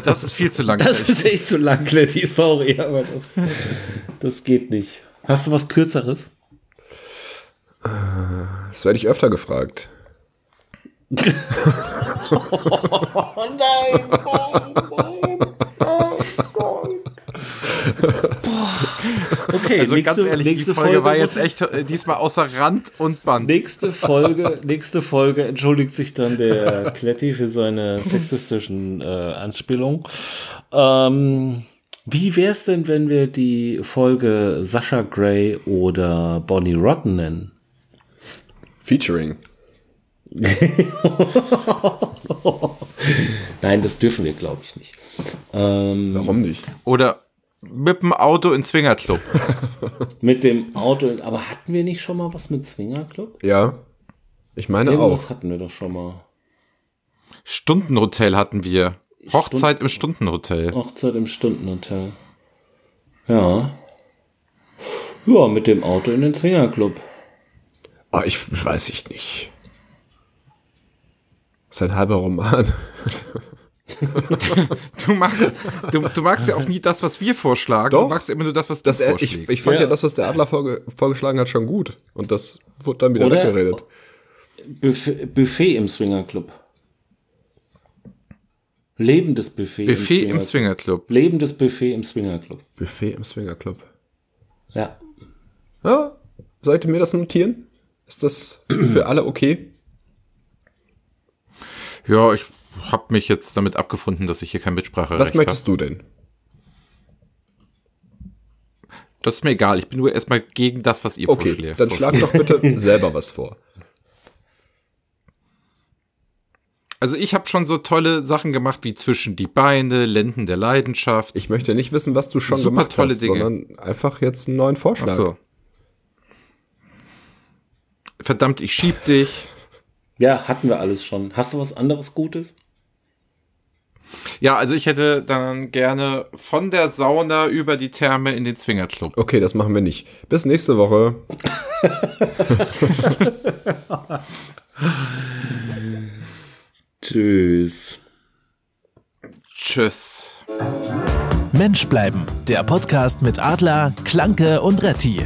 Das ist viel zu lang.
Das ist echt zu lang, Kletti, sorry, aber das, das geht nicht.
Hast du was Kürzeres?
das werde ich öfter gefragt.
Oh nein, nein, nein, nein, nein.
Okay,
also ganz ehrlich, die Folge, war
muss-
jetzt echt äh, diesmal außer Rand und Band.
Nächste Folge, nächste Folge entschuldigt sich dann der Kletti für seine sexistischen äh, Anspielungen. Ähm, wie wäre es denn, wenn wir die Folge Sascha Gray oder Bonnie Rotten nennen?
Featuring.
Nein, das dürfen wir, glaube ich, nicht. Ähm,
Warum nicht?
Oder mit dem Auto in Zwingerclub.
Mit dem Auto. Aber hatten wir nicht schon mal was mit Swingerclub?
Ja. Ich meine
Irgendwas
auch.
hatten wir doch schon mal.
Stundenhotel hatten wir. Hochzeit im Stundenhotel.
Hochzeit im Stundenhotel. Ja. Ja, mit dem Auto in den Swingerclub.
Ah, ich weiß ich nicht. Sein halber Roman.
Du magst, du, du magst ja auch nie das, was wir vorschlagen.
Doch.
Du magst immer nur das, was du
Das, er, ich,
vorschlägst.
ich fand ja.
Ja.
das, was der Adler vorge vorgeschlagen hat, schon gut. Und das wurde dann wieder
Oder-
weggeredet.
Buff Buffet im Swingerclub. Lebendes Buffet,
Buffet im
Swingerclub.
Zwingerclub.
Lebendes Buffet im Swingerclub.
Buffet im Swingerclub.
Ja.
Ja, sollte mir das notieren? Ist das für alle okay?
Ja, ich habe mich jetzt damit abgefunden, dass ich hier kein Mitspracherecht
Was möchtest
hab.
du denn?
Das ist mir egal. Ich bin nur erstmal gegen das, was ihr
Okay,
vorschlägt.
dann schlag doch bitte selber was vor.
Also ich habe schon so tolle Sachen gemacht wie zwischen die Beine, Lenden der Leidenschaft.
Ich möchte nicht wissen, was du schon
Super
gemacht
tolle
hast,
Dinge.
sondern einfach jetzt einen neuen Vorschlag.
Ach so. Verdammt, ich schieb dich.
Ja, hatten wir alles schon. Hast du was anderes Gutes?
Ja, also ich hätte dann gerne von der Sauna über die Therme in den Zwingerclub.
Okay, das machen wir nicht. Bis nächste Woche.
Tschüss.
Tschüss.
Mensch bleiben, der Podcast mit Adler, Klanke und Retti.